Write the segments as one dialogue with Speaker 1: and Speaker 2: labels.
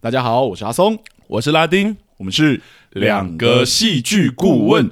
Speaker 1: 大家好，我是阿松，
Speaker 2: 我是拉丁，
Speaker 1: 我们是
Speaker 2: 两个戏剧顾问。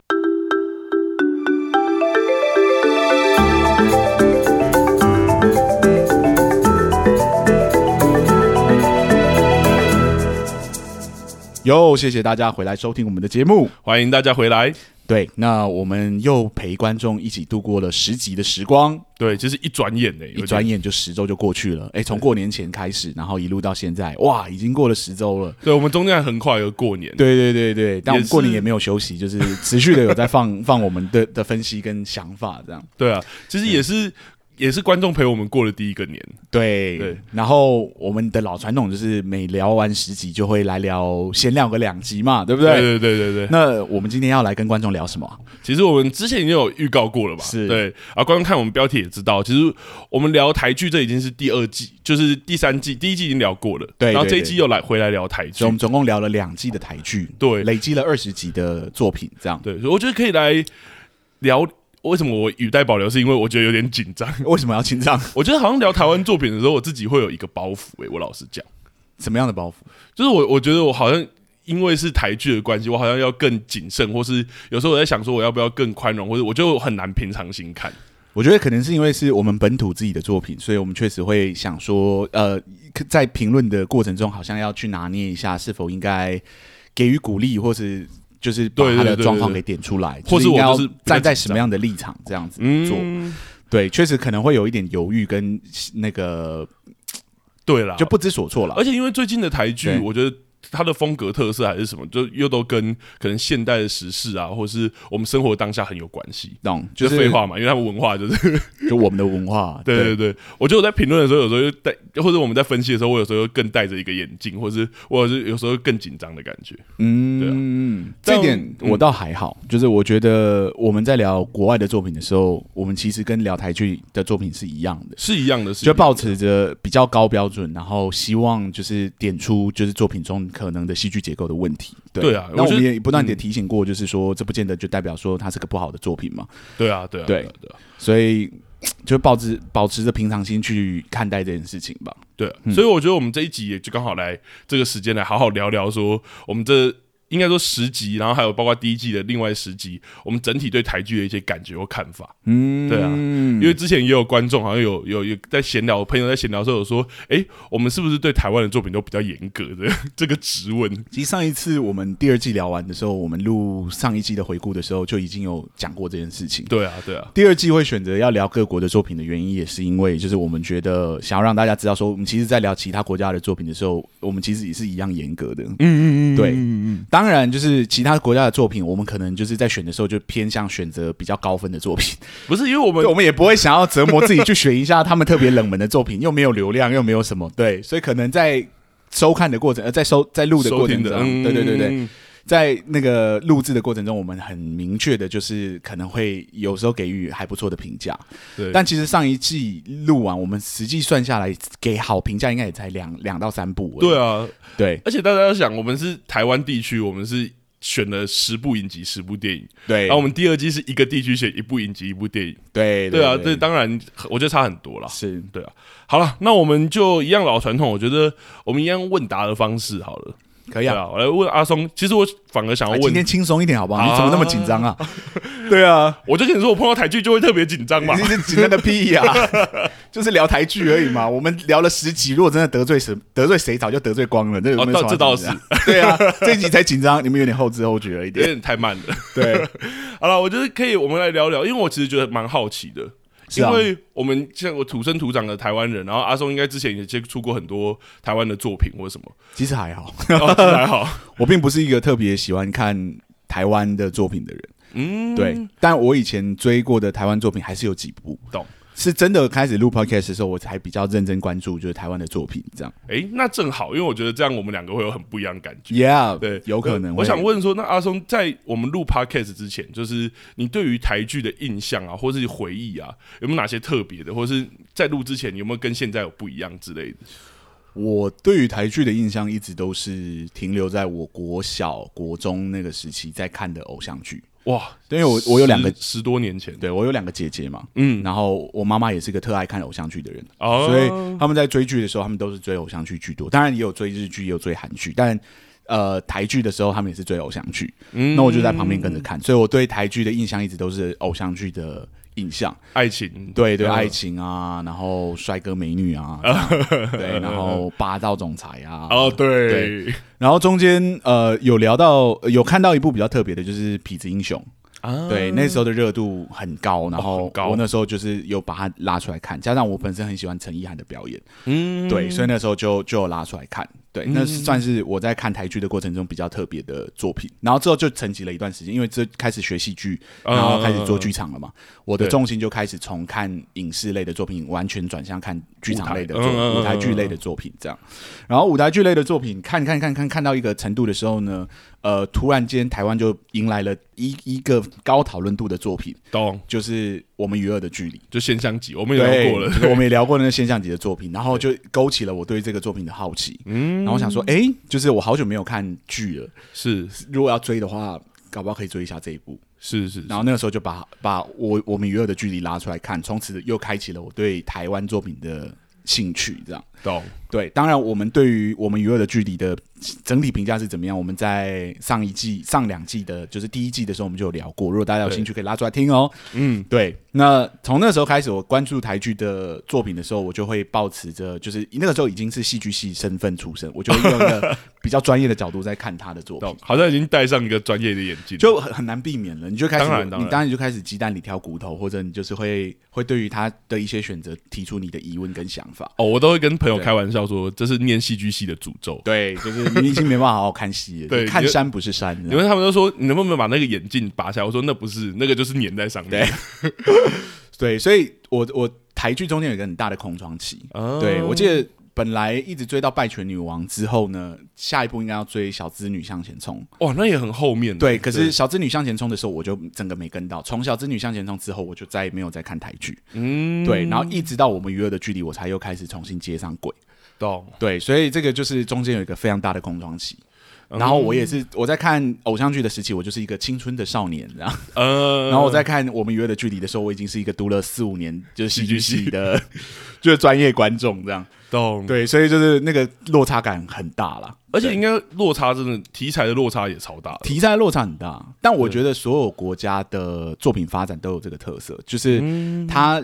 Speaker 1: 哟，谢谢大家回来收听我们的节目。
Speaker 2: 欢迎大家回来。
Speaker 1: 对，那我们又陪观众一起度过了十集的时光，
Speaker 2: 对，就是一转眼呢、
Speaker 1: 一转眼就十周就过去了。哎，从过年前开始，然后一路到现在，哇，已经过了十周了。
Speaker 2: 对我们中间还很快又过年，
Speaker 1: 对对对对，但我
Speaker 2: 也
Speaker 1: 们
Speaker 2: 是
Speaker 1: 过年也没有休息，就是持续的有在放 放我们的的分析跟想法这样。
Speaker 2: 对啊，其实也是也是观众陪我们过了第一个年，
Speaker 1: 对
Speaker 2: 对
Speaker 1: 然后我们的老传统就是每聊完十集就会来聊，先聊个两集嘛，对不对？
Speaker 2: 对对对对对。
Speaker 1: 那我们今天要来跟观众聊什么啊？
Speaker 2: 其实我们之前已经有预告过了吧？
Speaker 1: 是
Speaker 2: 对啊，观众看我们标题也知道，其实我们聊台剧这已经是第二季，就是第三季，第一季已经聊过了，
Speaker 1: 对
Speaker 2: 然后
Speaker 1: 对
Speaker 2: 这一
Speaker 1: 对
Speaker 2: 季又来回来聊台剧
Speaker 1: 所以我，们总共聊了两季的台剧，
Speaker 2: 对
Speaker 1: 累积了二十集的作品，这样。
Speaker 2: 对，所以我觉得可以来聊。为什么我语带保留？是因为我觉得有点紧张。
Speaker 1: 为什么要清唱？
Speaker 2: 我觉得好像聊台湾作品的时候，我自己会有一个包袱、欸诶，我老实讲，
Speaker 1: 什么样的包袱？
Speaker 2: 就是我我觉得我好像因为是台剧的关系，我好像要更谨慎，或是有时候我在想说我要不要更宽容，或者我就很难平常心看。
Speaker 1: 我觉得可能是因为是我们本土自己的作品，所以我们确实会想说，呃，在评论的过程中，好像要去拿捏一下是否应该给予鼓励，或是就是把
Speaker 2: 对对
Speaker 1: 他的
Speaker 2: 对
Speaker 1: 状况
Speaker 2: 对
Speaker 1: 给点出来，
Speaker 2: 或是
Speaker 1: 应该
Speaker 2: 我
Speaker 1: 要
Speaker 2: 就是比较
Speaker 1: 站在
Speaker 2: 紧
Speaker 1: 什么样的立场这样子做。
Speaker 2: 嗯，
Speaker 1: 对，确实可能会有一点犹豫跟那个
Speaker 2: 对啦，
Speaker 1: 就不知所措了
Speaker 2: 而。且因为最近的台剧
Speaker 1: 对，
Speaker 2: 我觉得。它的风格特色还是什么，就又都跟可能现代的时事啊，或是我们生活当下很有关系。
Speaker 1: 懂，就是
Speaker 2: 废，话嘛，因为他们文化就是
Speaker 1: 就我们的文化，
Speaker 2: 对啊对对，我觉得我在评论的时候，有时候就带，或者我们在分析的时候，我有时候更戴着一个眼镜，或者是我是有时候更紧张的感觉。
Speaker 1: 嗯，
Speaker 2: 对啊
Speaker 1: 这
Speaker 2: 但
Speaker 1: 点我
Speaker 2: 嗯
Speaker 1: 倒还好，就是我觉得我们在聊国外的作品的时候，我们其实跟聊台剧的作品是一样的，
Speaker 2: 是一样的事，
Speaker 1: 就保持着比较高标准，然后希望就是点出就是作品中可能的戏剧结构的问题。对
Speaker 2: 对啊
Speaker 1: 那
Speaker 2: 我
Speaker 1: 我
Speaker 2: 觉
Speaker 1: 们
Speaker 2: 得
Speaker 1: 也不断的提醒过，就是说、这不见得就代表说它是个不好的作品嘛，
Speaker 2: 对啊，对啊，
Speaker 1: 对
Speaker 2: 对啊对啊
Speaker 1: 所以就保持保持着平常心去看待这件事情吧。
Speaker 2: 对啊所以我觉得我们这一集也就刚好来这个时间来好好聊聊，说我们这应该说十集，然后还有包括第一季的另外十集，我们整体对台剧的一些感觉或看法。
Speaker 1: 嗯，
Speaker 2: 对啊因为之前也有观众好像有有有在闲聊，朋友在闲聊的时候有说，哎、我们是不是对台湾的作品都比较严格的 这个质问？
Speaker 1: 其实上一次我们第二季聊完的时候，我们录上一季的回顾的时候，就已经有讲过这件事情。
Speaker 2: 对啊，对啊，
Speaker 1: 第二季会选择要聊各国的作品的原因，也是因为就是我们觉得想要让大家知道说，我们其实，在聊其他国家的作品的时候，我们其实也是一样严格的。
Speaker 2: 嗯嗯嗯
Speaker 1: 对
Speaker 2: 嗯
Speaker 1: 当然，就是其他国家的作品，我们可能就是在选的时候就偏向选择比较高分的作 品，
Speaker 2: 嗯，不是因为我们
Speaker 1: 对，我们也不会想要折磨自己去选一下他们特别冷门的作品，又没有流量，又没有什么，对，所以可能在收看的过程，呃，在收在录的
Speaker 2: 收
Speaker 1: 过
Speaker 2: 听
Speaker 1: 程
Speaker 2: 的，
Speaker 1: 中，对对对对，
Speaker 2: 嗯，
Speaker 1: 在那个录制的过程中，我们很明确的就是可能会有时候给予还不错的评价，
Speaker 2: 对，
Speaker 1: 但其实上一季录完，我们实际算下来给好评价应该也才两两到三部而已，
Speaker 2: 对啊，
Speaker 1: 对
Speaker 2: 而且大家要想，我们是台湾地区，我们是选了十部影集、十部电影，
Speaker 1: 对，
Speaker 2: 然后我们第二季是一个地区选一部影集、一部电影。
Speaker 1: 对
Speaker 2: 对啊，这当然我觉得差很多啦。
Speaker 1: 是
Speaker 2: 好了，那我们就一样老传统，我觉得我们一样问答的方式好了。
Speaker 1: 可以
Speaker 2: 对
Speaker 1: 啊。
Speaker 2: 啊，我来问阿松，其实我反而想要
Speaker 1: 哎今
Speaker 2: 问
Speaker 1: 天，轻松一点好不好？
Speaker 2: 啊
Speaker 1: 你怎么那么紧张 啊？对啊，
Speaker 2: 我就跟你说，我碰到台剧就会特别紧张嘛
Speaker 1: 你。是紧张个屁呀、 就是聊台剧而已嘛。我们聊了十集，如果真的得罪谁，得罪谁早就得罪光了。这有没有
Speaker 2: 哦
Speaker 1: 什么
Speaker 2: 这
Speaker 1: 好
Speaker 2: 倒
Speaker 1: 紧张的， 对啊，这一集才紧张，你们有点后知后觉了一
Speaker 2: 有
Speaker 1: 点。
Speaker 2: 点太慢了。
Speaker 1: 对，
Speaker 2: 好了，我觉得可以，我们来聊聊，因为我其实觉得蛮好奇的，
Speaker 1: 是
Speaker 2: 因
Speaker 1: 啊，
Speaker 2: 为我们像我土生土长的台湾人，然后阿松应该之前也接触过很多台湾的作品或 者什么，
Speaker 1: 其实还好，
Speaker 2: 哦，这还好，
Speaker 1: 我并不是一个特别喜欢看台湾的作品的人。
Speaker 2: 嗯，
Speaker 1: 对，但我以前追过的台湾作品还是有几部。
Speaker 2: 懂。
Speaker 1: 是真的开始录 podcast 的时候，我才比较认真关注就是台湾的作品，这样。
Speaker 2: 诶，哎那正好，因为我觉得这样我们两个会有很不一样的感 觉。
Speaker 1: Yeah，
Speaker 2: 对，
Speaker 1: 有可能
Speaker 2: 呃
Speaker 1: 会。
Speaker 2: 我想问说，那阿松在我们录 podcast 之前，就是你对于台剧的印象啊，或是回忆啊，有没有哪些特别的，或是在录之前有没有跟现在有不一样之类的？
Speaker 1: 我对于台剧的印象一直都是停留在我国小、国中那个时期在看的偶像剧。
Speaker 2: 哇，
Speaker 1: 对因为我我有两个
Speaker 2: 十十多年前，
Speaker 1: 对我有两个姐姐嘛，
Speaker 2: 嗯，
Speaker 1: 然后我妈妈也是个特爱看偶像剧的人，
Speaker 2: 哦，
Speaker 1: 所以他们在追剧的时候，他们都是追偶像剧居多。当然也有追日剧，也有追韩剧，但呃台剧的时候，他们也是追偶像剧。
Speaker 2: 嗯
Speaker 1: 那我就在旁边跟着看，所以我对台剧的印象一直都是偶像剧的印象。
Speaker 2: 爱情，
Speaker 1: 对对，
Speaker 2: 嗯
Speaker 1: 爱情啊，然后帅哥美女啊， 对，然后霸道总裁啊。
Speaker 2: 哦，对
Speaker 1: 然后中间呃有聊到呃有看到一部比较特别的，就是《痞子英雄》。
Speaker 2: 啊，
Speaker 1: 对，那时候的热度很高，然
Speaker 2: 哦很
Speaker 1: 后
Speaker 2: 高
Speaker 1: 我那时候就是有把它拉出来看，加上我本身很喜欢陈意涵的表演，
Speaker 2: 嗯，
Speaker 1: 对，所以那时候就就有拉出来看，对，那是算是我在看台剧的过程中比较特别的作品。然后之后就沉寂了一段时间，因为这开始学戏剧，
Speaker 2: 嗯
Speaker 1: 然后开始做剧场了嘛，我的
Speaker 2: 对
Speaker 1: 重心就开始从看影视类的作品，完全转向看剧场类的作
Speaker 2: 舞台嗯嗯嗯嗯
Speaker 1: 舞台剧类的作品这样。然后舞台剧类的作品看看看看看到一个程度的时候呢，呃，突然间台湾就迎来了一一个高讨论度的作品，
Speaker 2: 懂，
Speaker 1: 就是《我们与恶的距离》。
Speaker 2: 就现象级，我们也
Speaker 1: 对，
Speaker 2: 聊过了，
Speaker 1: 就是我们也聊过那个现象级的作品，然后就勾起了我对这个作品的好奇。嗯，然后我想说，哎、就是我好久没有看剧了，
Speaker 2: 是
Speaker 1: 如果要追的话，搞不好可以追一下这一部。
Speaker 2: 是是，
Speaker 1: 然后那个时候就把把我我们娱乐的距离拉出来看，从此又开启了我对台湾作品的兴趣。这样
Speaker 2: 懂，
Speaker 1: 对，当然我们对于我们娱乐的距离的整体评价是怎么样？我们在上一季、上两季的，就是第一季的时候，我们就有聊过。如果大家有兴趣，可以拉出来听哦。
Speaker 2: 嗯，
Speaker 1: 对，那从那时候开始，我关注台剧的作品的时候，我就会抱持着，就是那个时候已经是戏剧系身份出身，我就会用一个比较专业的角度在看他的作品
Speaker 2: 懂，，好像已经戴上一个专业的眼镜，
Speaker 1: 就很很难避免了。你就开始，
Speaker 2: 当然当然
Speaker 1: 你当然就开始鸡蛋里挑骨头，或者你就是会会对于他的一些选择提出你的疑问跟想法。
Speaker 2: 哦，我都会跟朋友
Speaker 1: 对
Speaker 2: 开玩笑说，这是念戏剧系的诅咒。
Speaker 1: 对，就是你已经没办法好好看戏了，
Speaker 2: 对
Speaker 1: 看
Speaker 2: 你就
Speaker 1: 山不是山。
Speaker 2: 因为他们都说你能不能把那个眼镜拔下来？我说那不是，那个就是粘在上面。
Speaker 1: 对，所以我我台剧中间有一个很大的空窗期。
Speaker 2: 哦
Speaker 1: 对我记得本来一直追到《拜权女王》之后呢，下一步应该要追《小资女向前冲》。
Speaker 2: 哇，那也很后面。
Speaker 1: 对，可是《小资女向前冲》的时候，我就整个没跟到。从《小资女向前冲》之后，我就再也没有再看台剧。
Speaker 2: 嗯，
Speaker 1: 对，然后一直到我们娱乐的距离，我才又开始重新接上轨。
Speaker 2: 懂。
Speaker 1: 对，所以这个就是中间有一个非常大的空窗期。然后我也是我在看偶像剧的时期，我就是一个青春的少年，然后
Speaker 2: 呃，
Speaker 1: 然后我在看《我们约的距离》的时候，我已经是一个读了四五年就是戏剧系嗯的， 就是专业观众这样。
Speaker 2: 懂。
Speaker 1: 对，所以就是那个落差感很大啦，
Speaker 2: 而且应该落差真的题材的落差也超大的。
Speaker 1: 题材落差很大。但我觉得所有国家的作品发展都有这个特色，就是它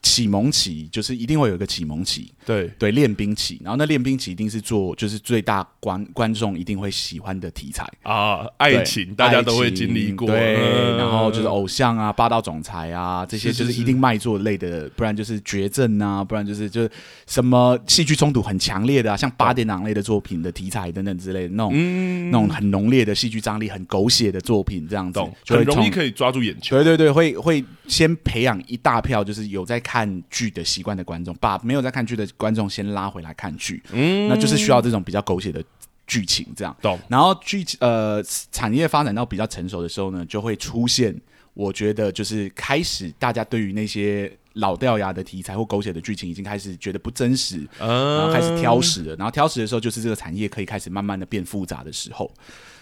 Speaker 1: 启蒙期就是一定会有一个启蒙期，
Speaker 2: 对，
Speaker 1: 对练兵期，然后那练兵期一定是做就是最大观观众一定会喜欢的题材。
Speaker 2: 啊，爱情大家都会经历过，
Speaker 1: 对，
Speaker 2: 嗯
Speaker 1: 然后就是偶像啊、霸道总裁啊，这些
Speaker 2: 是
Speaker 1: 就
Speaker 2: 是
Speaker 1: 是一
Speaker 2: 是
Speaker 1: 定卖座类的，不然就是绝症啊，不然就是就是什么戏剧冲突很强烈的啊，像八点档类的作品的题材等等之类的那种、
Speaker 2: 嗯，
Speaker 1: 那种很浓烈的戏剧张力、很狗血的作品，这样子
Speaker 2: 懂，
Speaker 1: 就会
Speaker 2: 很容易
Speaker 1: 从
Speaker 2: 可以抓住眼球。
Speaker 1: 对对对，会会先培养一大票就是有在看剧的习惯的观众，把没有在看剧的观众先拉回来看剧，
Speaker 2: 嗯，
Speaker 1: 那就是需要这种比较狗血的剧情这样。
Speaker 2: 懂
Speaker 1: 然后剧呃产业发展到比较成熟的时候呢，就会出现我觉得就是开始大家对于那些老掉牙的题材或狗血的剧情已经开始觉得不真实，然后
Speaker 2: 嗯，
Speaker 1: 开始挑食了。然后挑食的时候，就是这个产业可以开始慢慢的变复杂的时候。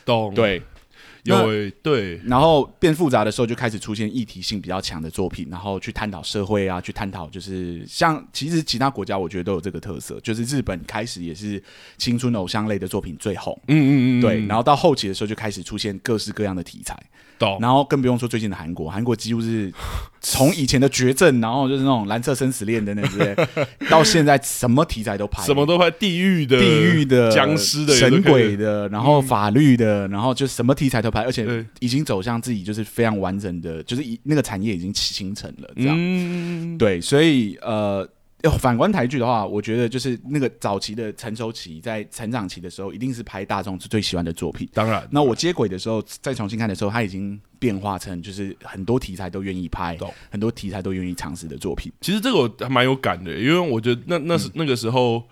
Speaker 2: 懂，
Speaker 1: 对，
Speaker 2: 有
Speaker 1: 那
Speaker 2: 诶，对，
Speaker 1: 然后变复杂的时候，就开始出现议题性比较强的作品，然后去探讨社会啊，去探讨就是像其实其他国家我觉得都有这个特色，就是日本开始也是青春偶像类的作品最红，
Speaker 2: 嗯嗯嗯，
Speaker 1: 对，然
Speaker 2: 后
Speaker 1: 后到后期的时候就开始出现各式各样的题材，
Speaker 2: 懂，
Speaker 1: 然后更不用说最近的韩国，韩国几乎是从以前的绝症，然后就是那种蓝色生死恋等等之 类，到现在什么题材都拍，
Speaker 2: 什么都拍地狱的、
Speaker 1: 地狱的、
Speaker 2: 呃僵尸的、
Speaker 1: 神鬼
Speaker 2: 的，
Speaker 1: 的，然后法律的，然后就什么题材都拍，而且
Speaker 2: 对
Speaker 1: 已经走向自己就是非常完整的，就是一那个产业已经形成了这样。
Speaker 2: 嗯，
Speaker 1: 对，所以呃。要反观台剧的话，我觉得就是那个早期的成熟期，在成长期的时候，一定是拍大众最喜欢的作品。
Speaker 2: 当然，
Speaker 1: 那我接轨的时候，再重新看的时候，它已经变化成就是很多题材都愿意拍
Speaker 2: 懂，
Speaker 1: 很多题材都愿意尝试的作品。
Speaker 2: 其实这个我还蛮有感的，因为我觉得那那
Speaker 1: 嗯
Speaker 2: 是、那个时候，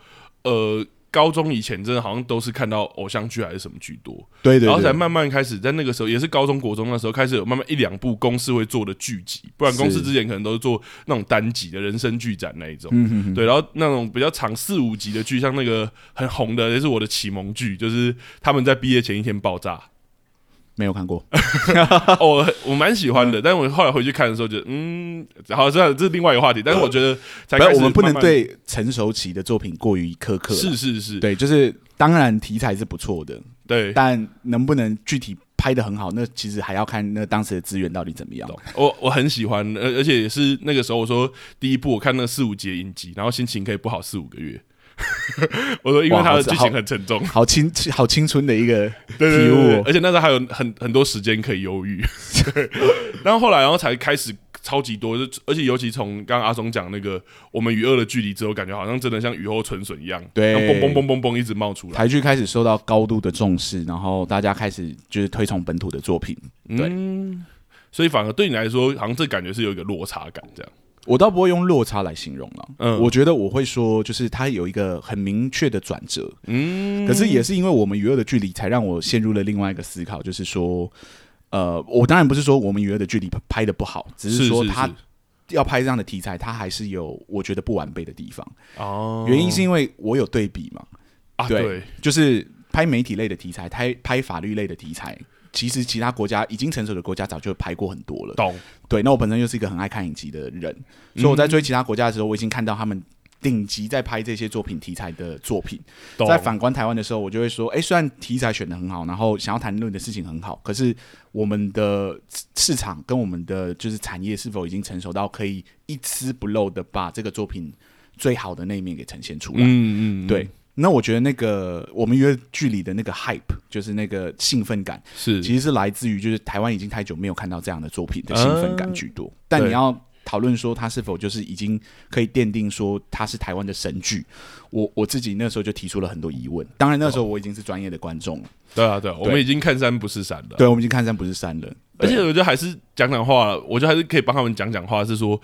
Speaker 2: 呃，高中以前真的好像都是看到偶像剧还是什么居多，
Speaker 1: 对对
Speaker 2: 然后才慢慢开始在那个时候，也是高中国中那时候开始有慢慢一两部公司会做的剧集，不然公司
Speaker 1: 是
Speaker 2: 之前可能都是做那种单集的人生剧展那一种。
Speaker 1: 嗯哼哼
Speaker 2: 对，然后那种比较长四五集的剧，像那个很红的，也是我的启蒙剧，就是他们在毕业前一天爆炸。
Speaker 1: 没有看过，
Speaker 2: 哦，我蛮喜欢的，
Speaker 1: 嗯
Speaker 2: 但我后来回去看的时候就，嗯，好，这这是另外一个话题，但是我觉得才
Speaker 1: 不
Speaker 2: 开
Speaker 1: 是
Speaker 2: 始
Speaker 1: 我们不能
Speaker 2: 慢慢
Speaker 1: 对成熟期的作品过于苛刻啦。
Speaker 2: 是是是，
Speaker 1: 对，就是当然题材是不错的，
Speaker 2: 对，
Speaker 1: 但能不能具体拍的很好，那其实还要看那当时的资源到底怎么样。
Speaker 2: 我我很喜欢，而而且也是那个时候我说第一部我看那四五集的影集，然后心情可以不好四五个月。 我说，因为
Speaker 1: 哇
Speaker 2: 它
Speaker 1: 好
Speaker 2: 的
Speaker 1: 是
Speaker 2: 剧
Speaker 1: 好
Speaker 2: 情很沉重，
Speaker 1: 好青 好青春的一个
Speaker 2: 对对
Speaker 1: 体
Speaker 2: 对对
Speaker 1: 悟
Speaker 2: 对，而且那时候还有很很多时间可以忧郁。 对，然后后来然后才开始超级多，就而且尤其从刚刚阿松讲那个我们与恶的距离之后，感觉好像真的像雨后春笋一样，
Speaker 1: 对
Speaker 2: 像嘣嘣嘣嘣嘣一直冒出来。
Speaker 1: 台剧开始受到高度的重视，然后大家开始就是推崇本土的作品。对
Speaker 2: 嗯，所以反而对你来说，好像这感觉是有一个落差感，这样。
Speaker 1: 我倒不会用落差来形容了，
Speaker 2: 嗯
Speaker 1: 我觉得我会说，就是它有一个很明确的转折，
Speaker 2: 嗯，
Speaker 1: 可是也是因为我们娱乐的距离，才让我陷入了另外一个思考，就是说，呃，我当然不是说我们娱乐的距离拍的不好，只
Speaker 2: 是
Speaker 1: 是说
Speaker 2: 是
Speaker 1: 它
Speaker 2: 是
Speaker 1: 要拍这样的题材，它还是有我觉得不完备的地方。
Speaker 2: 哦，
Speaker 1: 原因是因为我有对比嘛，
Speaker 2: 啊，
Speaker 1: 对
Speaker 2: 对，
Speaker 1: 就是拍媒体类的题材，拍拍法律类的题材。其实其他国家已经成熟的国家早就拍过很多了，
Speaker 2: 懂。
Speaker 1: 对，那我本身又是一个很爱看影集的人，所以我在追其他国家的时候，我已经看到他们顶级在拍这些作品题材的作品。
Speaker 2: 懂
Speaker 1: 在反观台湾的时候，我就会说，哎、虽然题材选的很好，然后想要谈论的事情很好，可是我们的市市场跟我们的就是产业是否已经成熟到可以一丝不漏的把这个作品最好的那一面给呈现出来？
Speaker 2: 嗯嗯，嗯，
Speaker 1: 对。那我觉得那个我们约剧里的那个 hype，就是那个兴奋感，
Speaker 2: 是
Speaker 1: 其实是来自于就是台湾已经太久没有看到这样的作品的兴奋感居多。但
Speaker 2: 对
Speaker 1: 你要讨论说它是否就是已经可以奠定说它是台湾的神剧，我我自己那时候就提出了很多疑问。当然那时候我已经是专业的观众了，
Speaker 2: 对啊对啊，我们已经看山不是山了。
Speaker 1: 对我们已经看山不是山了。
Speaker 2: 而且
Speaker 1: 对
Speaker 2: 我觉得还是讲讲话，我觉得还是可以帮他们讲讲话，是说。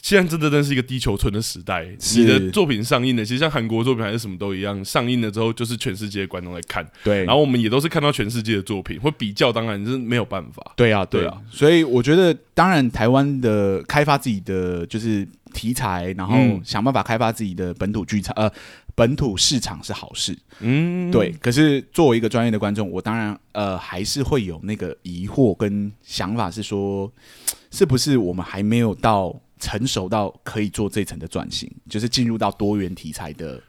Speaker 2: 现在这真的是一个地球村的时代，
Speaker 1: 是
Speaker 2: 你的作品上映了，其实像韩国作品还是什么都一样，上映了之后就是全世界的观众在看，
Speaker 1: 对，
Speaker 2: 然后我们也都是看到全世界的作品，会比较，当然是没有办法。
Speaker 1: 对啊，对
Speaker 2: 对
Speaker 1: 啊
Speaker 2: 啊，
Speaker 1: 所以我觉得，当然台湾的开发自己的就是题材，然后
Speaker 2: 嗯
Speaker 1: 想办法开发自己的本土剧场，呃，本土市场是好事，
Speaker 2: 嗯，
Speaker 1: 对。可是作为一个专业的观众，我当然呃还是会有那个疑惑跟想法，是说是不是我们还没有到成熟到可以做这层的转型，就是进入到多元题材的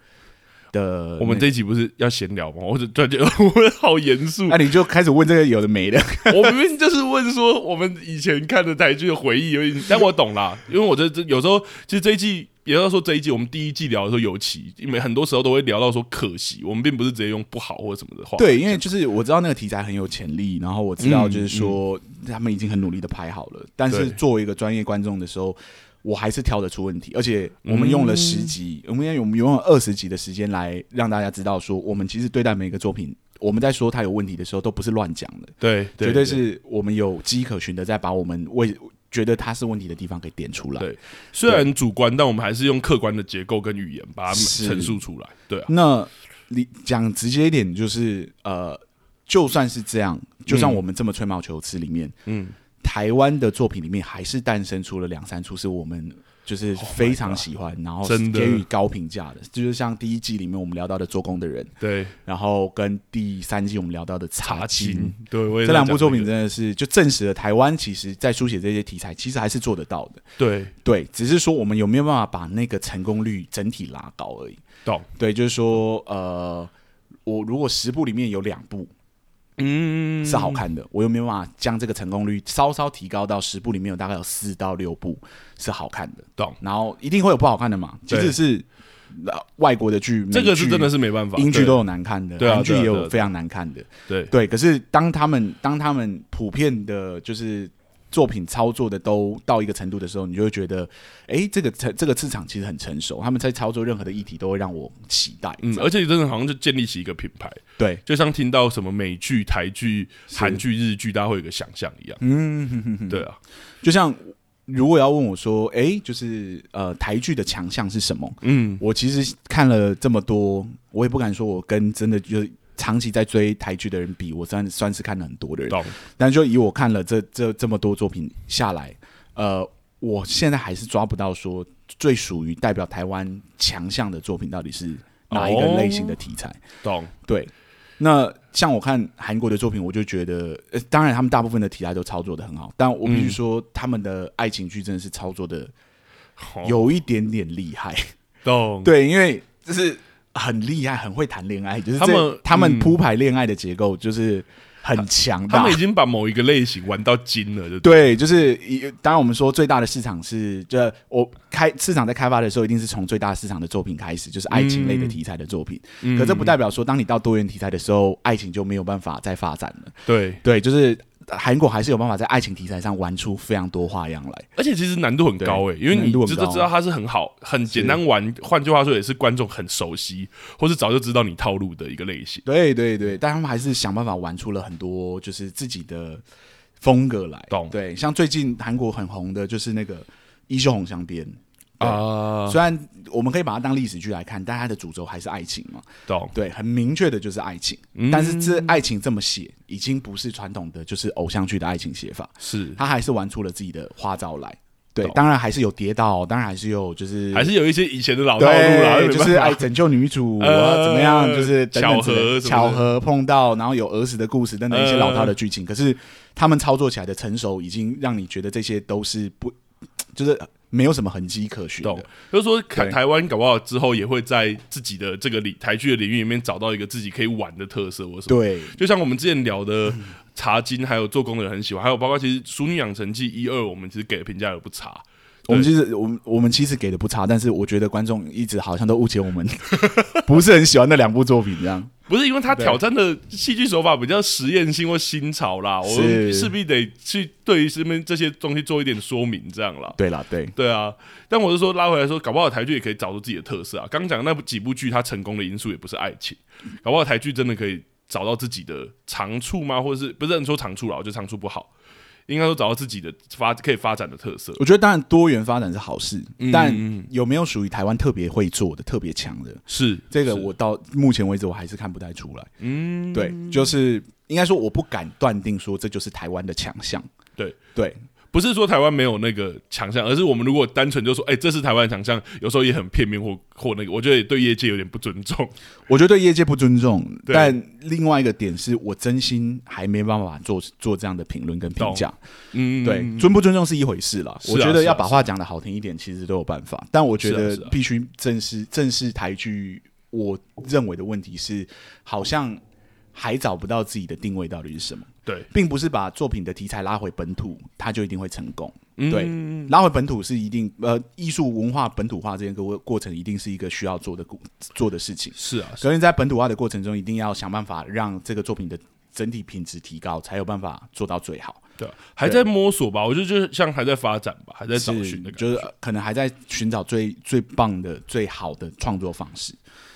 Speaker 1: 的
Speaker 2: 我们
Speaker 1: 那。
Speaker 2: 这一集不是要闲聊吗？我只突然觉得我好严肃
Speaker 1: 那、，你就开始问这个有的没的，
Speaker 2: 我明明就是问说我们以前看的台剧的回忆有点，但我懂 啦，因为我觉得这有时候其实这一季。也要说这一季我们第一季聊的时候尤其，因为很多时候都会聊到说可惜，我们并不是直接用不好或者什么的话。
Speaker 1: 对，因为就是我知道那个题材很有潜力，然后我知道
Speaker 2: 嗯
Speaker 1: 就是说他们已经很努力的拍好了，但是
Speaker 2: 对
Speaker 1: 作为一个专业观众的时候，我还是挑得出问题，而且
Speaker 2: 嗯
Speaker 1: 我们用了十集，我们因为我们用了二十集的时间来让大家知道说，我们其实对待每一个作品，我们在说它有问题的时候，都不是乱讲的，
Speaker 2: 对，
Speaker 1: 绝对是我们有迹可循的在把我们为觉得它是问题的地方给点出来。
Speaker 2: 对虽然主观，但我们还是用客观的结构跟语言把它
Speaker 1: 是
Speaker 2: 陈述出来。对啊，
Speaker 1: 那你讲直接一点，就是呃，就算是这样，就算
Speaker 2: 嗯
Speaker 1: 我们这么吹毛求疵，里面。
Speaker 2: 嗯，
Speaker 1: 台湾的作品里面，还是诞生出了两三出是我们就是非常喜欢然后
Speaker 2: 真的
Speaker 1: 给予高评价的，就是像第一季里面我们聊到的《做工的人》，
Speaker 2: 对，
Speaker 1: 然后跟第三季我们聊到的《
Speaker 2: 查
Speaker 1: 茶经》
Speaker 2: 情，对，我也
Speaker 1: 这两部
Speaker 2: 在讲
Speaker 1: 作品
Speaker 2: 个
Speaker 1: 真的是就证实了台湾其实在书写这些题材，其实还是做得到的。
Speaker 2: 对，
Speaker 1: 对，只是说我们有没有办法把那个成功率整体拉高而已。
Speaker 2: 懂，
Speaker 1: 对，就是说，呃，我如果十部里面有两部
Speaker 2: 嗯，
Speaker 1: 是好看的，我又没有办法将这个成功率稍稍提高到十部里面有大概有四到六部是好看的，
Speaker 2: 懂。
Speaker 1: 然后一定会有不好看的嘛，即
Speaker 2: 对
Speaker 1: 使是、呃外国的剧，
Speaker 2: 这个是
Speaker 1: 美剧
Speaker 2: 真的。是没办法，
Speaker 1: 英剧
Speaker 2: 对
Speaker 1: 都有难看的，
Speaker 2: 对啊
Speaker 1: 韩剧
Speaker 2: 对啊
Speaker 1: 也
Speaker 2: 对啊
Speaker 1: 有非常难看的，
Speaker 2: 对，
Speaker 1: 对。可是当他们当他们普遍的，就是作品操作的都到一个程度的时候，你就会觉得，哎，这个这个市场其实很成熟，他们在操作任何的议题都会让我期待。
Speaker 2: 嗯，
Speaker 1: 这样
Speaker 2: 而且真的好像就建立起一个品牌。
Speaker 1: 对，
Speaker 2: 就像听到什么美剧、台剧、韩剧、日剧，大家会有一个想象一样。嗯，对啊，
Speaker 1: 就像如果要问我说，哎、就是呃，台剧的强项是什么？
Speaker 2: 嗯，
Speaker 1: 我其实看了这么多，我也不敢说我跟真的就是长期在追台剧的人比，我算算是看了很多的人。
Speaker 2: 懂，
Speaker 1: 但就以我看了这这这么多作品下来，呃，我现在还是抓不到说最属于代表
Speaker 2: 哦
Speaker 1: 台湾强项的作品到底是哪一个类型的题材。
Speaker 2: 懂。
Speaker 1: 对，那像我看韩国的作品，我就觉得，呃，当然他们大部分的题材都操作的很好，但我必
Speaker 2: 嗯
Speaker 1: 须说，他们的爱情剧真的是操作的
Speaker 2: 好
Speaker 1: 有一点点厉害。
Speaker 2: 哦嗯懂，
Speaker 1: 对，因为就是很厉害，很会谈恋爱，就是
Speaker 2: 他
Speaker 1: 这
Speaker 2: 们
Speaker 1: 他们
Speaker 2: 嗯
Speaker 1: 铺排恋爱的结构就是很强
Speaker 2: 他
Speaker 1: 大
Speaker 2: 们已。经把某一个类型玩到精了，就
Speaker 1: 对，就是一当然我们说最大的市场是，这我开市场在开发的时候，一定是从最大市场的作品开始，就是爱情类的
Speaker 2: 嗯
Speaker 1: 题材的作品。可这不代表说，当你到多元题材的时候，爱情就没有办法再发展了。
Speaker 2: 对，
Speaker 1: 对，就是韩国还是有办法在爱情题材上玩出非常多花样来。
Speaker 2: 而且其实难度很高诶、
Speaker 1: 对
Speaker 2: 因为你
Speaker 1: 难度很
Speaker 2: 知
Speaker 1: 高
Speaker 2: 知道它是很好、很简单玩，换句话说也是观众很熟悉，或是早就知道你套路的一个类型。
Speaker 1: 对对对，但他们还是想办法玩出了很多就是自己的风格来。
Speaker 2: 懂
Speaker 1: 对，像最近韩国很红的就是那个《衣袖红香边》对
Speaker 2: 啊，
Speaker 1: 虽然我们可以把它当历史剧来看，但它的主轴还是爱情嘛。
Speaker 2: 懂，
Speaker 1: 对，很明确的就是爱情。
Speaker 2: 嗯
Speaker 1: 但是这爱情这么写，已经不是传统的就是偶像剧的爱情写法，
Speaker 2: 是
Speaker 1: 他还是玩出了自己的花招来。对
Speaker 2: 懂，
Speaker 1: 当然还是有跌倒，当然还是有就是
Speaker 2: 还是有一些以前的老套路啦，
Speaker 1: 对，
Speaker 2: 没办
Speaker 1: 就
Speaker 2: 法
Speaker 1: 是哎，拯救女主，我
Speaker 2: 呃
Speaker 1: 要怎么样，就是等等之类的
Speaker 2: 巧合什么
Speaker 1: 巧
Speaker 2: 的
Speaker 1: 合碰到，然后有儿时的故事等等一些
Speaker 2: 呃
Speaker 1: 老套的剧情。可是他们操作起来的成熟，已经让你觉得这些都是不，就是没有什么痕迹可循
Speaker 2: 懂
Speaker 1: 的。，
Speaker 2: 就是说台
Speaker 1: 哎对
Speaker 2: 台湾搞不好之后也会在自己的这个里台剧的领域里面找到一个自己可以玩的特色或什么。
Speaker 1: 对，
Speaker 2: 就像我们之前聊的茶经，还有做工的人很喜欢，还有包括其实《熟女养成记》一二，我们其实给的评价也不差。
Speaker 1: 我们其实我们我们其实给的不差，但是我觉得观众一直好像都误解我们， 不是很喜欢那两部作品这样。
Speaker 2: 不是因为他挑战的戏剧手法比较实验性或新潮啦，我们
Speaker 1: 是
Speaker 2: 势必得去对于身边这些东西做一点说明，这样啦。
Speaker 1: 对啦，对，
Speaker 2: 对啊，但我是说拉回来说，搞不好台剧也可以找出自己的特色啊。刚讲的那几部剧，它成功的因素也不是爱情，搞不好台剧真的可以找到自己的长处吗？或者是不是能说长处啦？我觉得长处不好，应该说找到自己的发可以发展的特色。
Speaker 1: 我觉得当然多元发展是好事，
Speaker 2: 嗯
Speaker 1: 但
Speaker 2: 嗯
Speaker 1: 有没有属于台湾特别会做的、特别强的，
Speaker 2: 是
Speaker 1: 这个
Speaker 2: 是
Speaker 1: 我到目前为止我还是看不太出来。
Speaker 2: 嗯
Speaker 1: 对，就是应该说我不敢断定说这就是台湾的强项。
Speaker 2: 对
Speaker 1: 对，
Speaker 2: 不是说台湾没有那个强项，而是我们如果单纯就说，哎、这是台湾的强项，有时候也很片面或或那个，我觉得也对业界有点不尊 重。
Speaker 1: 我觉得对业界不尊重，
Speaker 2: 对
Speaker 1: 但另外一个点是我真心还没办法做做这样的评论跟评价。
Speaker 2: 嗯，
Speaker 1: 对，尊不尊重是一回事啦，
Speaker 2: 是啊
Speaker 1: 我觉得
Speaker 2: 是啊
Speaker 1: 要把话讲的好听一点，其实都有办法。但我觉
Speaker 2: 是啊
Speaker 1: 得
Speaker 2: 是啊
Speaker 1: 必须正视正视台剧，我认为的问题是，好像还找不到自己的定位到底是什么。
Speaker 2: 对，
Speaker 1: 并不是把作品的题材拉回本土，它就一定会成功。
Speaker 2: 嗯
Speaker 1: 对，拉回本土是一定呃，艺术文化本土化这个过过程一定是一个需要做的过做的事情。
Speaker 2: 是啊，是
Speaker 1: 所以在本土化的过程中，一定要想办法让这个作品的整体品质提高，才有办法做到最好。
Speaker 2: 对啊，还在摸索吧，我觉得就是像还在发展吧，还在找
Speaker 1: 是
Speaker 2: 寻的感觉，
Speaker 1: 就是呃可能还在寻找最最棒的、最好的创作方式，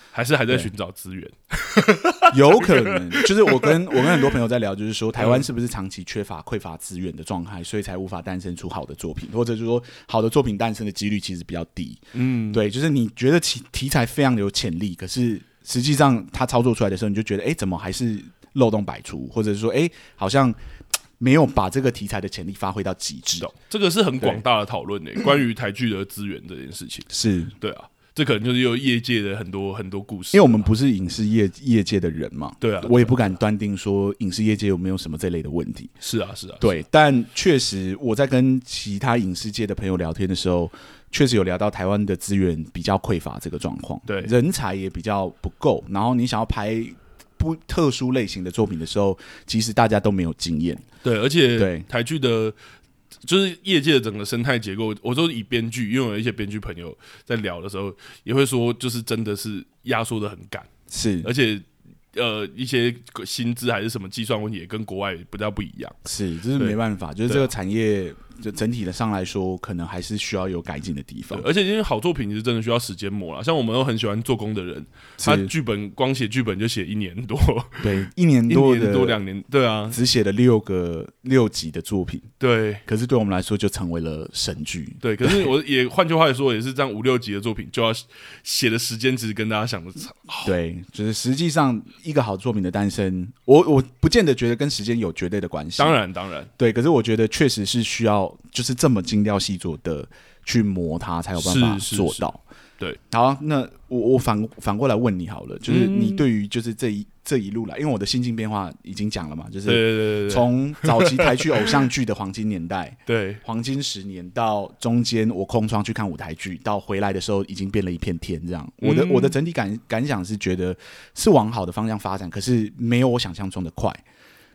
Speaker 2: 还是还在寻找资源。
Speaker 1: 有可能就是我跟我跟很多朋友在聊，就是说台湾是不是长期缺乏匮乏资源的状态，所以才无法诞生出好的作品，或者就是说好的作品诞生的几率其实比较低。
Speaker 2: 嗯，
Speaker 1: 对，就是你觉得题题材非常有潜力，可是实际上它操作出来的时候，你就觉得，哎、怎么还是漏洞百出，或者是说，哎、好像嘖没有把这个题材的潜力发挥到极致。
Speaker 2: 懂，这个是很广大的讨论诶，关于台剧的资源这件事情。
Speaker 1: 是因
Speaker 2: 对啊，这可能就是有业界的很多很多故事啊，
Speaker 1: 为我们不是影视业业界的人嘛，
Speaker 2: 对啊对啊
Speaker 1: 我也不敢断定说影视业界有没有什么这类的问题。
Speaker 2: 是啊是啊，
Speaker 1: 对，但确实我在跟其他影视界的朋友聊天的时候，确实有聊到台湾的资源比较匮乏这个状况，
Speaker 2: 对
Speaker 1: 人才也比较不够，然后你想要拍不特殊类型的作品的时候，其实大家都没有经验，
Speaker 2: 对，而且
Speaker 1: 对
Speaker 2: 台剧的，就是业界的整个生态结构，我都以编剧，因为我有一些编剧朋友在聊的时候，也会说，就是真的是压缩的很赶，
Speaker 1: 是
Speaker 2: 而且呃，一些薪资还是什么计算问题，也跟国外不太不一样。
Speaker 1: 是，这是
Speaker 2: 对
Speaker 1: 没办法，就是
Speaker 2: 对啊
Speaker 1: 这个产业就整体的上来说，可能还是需要有改进的地
Speaker 2: 对
Speaker 1: 方，，
Speaker 2: 而且因为好作品其实真的需要时间磨了，像我们都很喜欢做工的人，他
Speaker 1: 是
Speaker 2: 剧本光写剧本就写一年多，
Speaker 1: 对一年
Speaker 2: 一
Speaker 1: 多
Speaker 2: 年多
Speaker 1: 的
Speaker 2: 两年，对啊，
Speaker 1: 只写了六个六集的作品，
Speaker 2: 对。
Speaker 1: 可是对我们来说就成为了神剧，
Speaker 2: 对，可是我也换句话说，也是这样五六集的作品，就要写的时间，其实跟大家想的差
Speaker 1: 对，就是实际上一个好作品的诞生，我我不见得觉得跟时间有绝对的关系。
Speaker 2: 当，然，当然，
Speaker 1: 对，可是我觉得确实是需要就是这么精雕细琢的去磨它，才有办法
Speaker 2: 是是
Speaker 1: 做
Speaker 2: 是
Speaker 1: 到。
Speaker 2: 对，
Speaker 1: 好，那我我反反过来问你好了，就是
Speaker 2: 嗯
Speaker 1: 你对于就是这一这一路来，因为我的心境变化已经讲了嘛，就
Speaker 2: 对
Speaker 1: 是
Speaker 2: 对对对对
Speaker 1: 从早期台剧偶像剧的黄金年代。
Speaker 2: 对，
Speaker 1: 黄金十年到中间，我空窗去看舞台剧，到回来的时候已经变了一片天。这样，我的、
Speaker 2: 嗯
Speaker 1: 我的整体感感想是觉得是往好的方向发展，可是没有我想象中的快。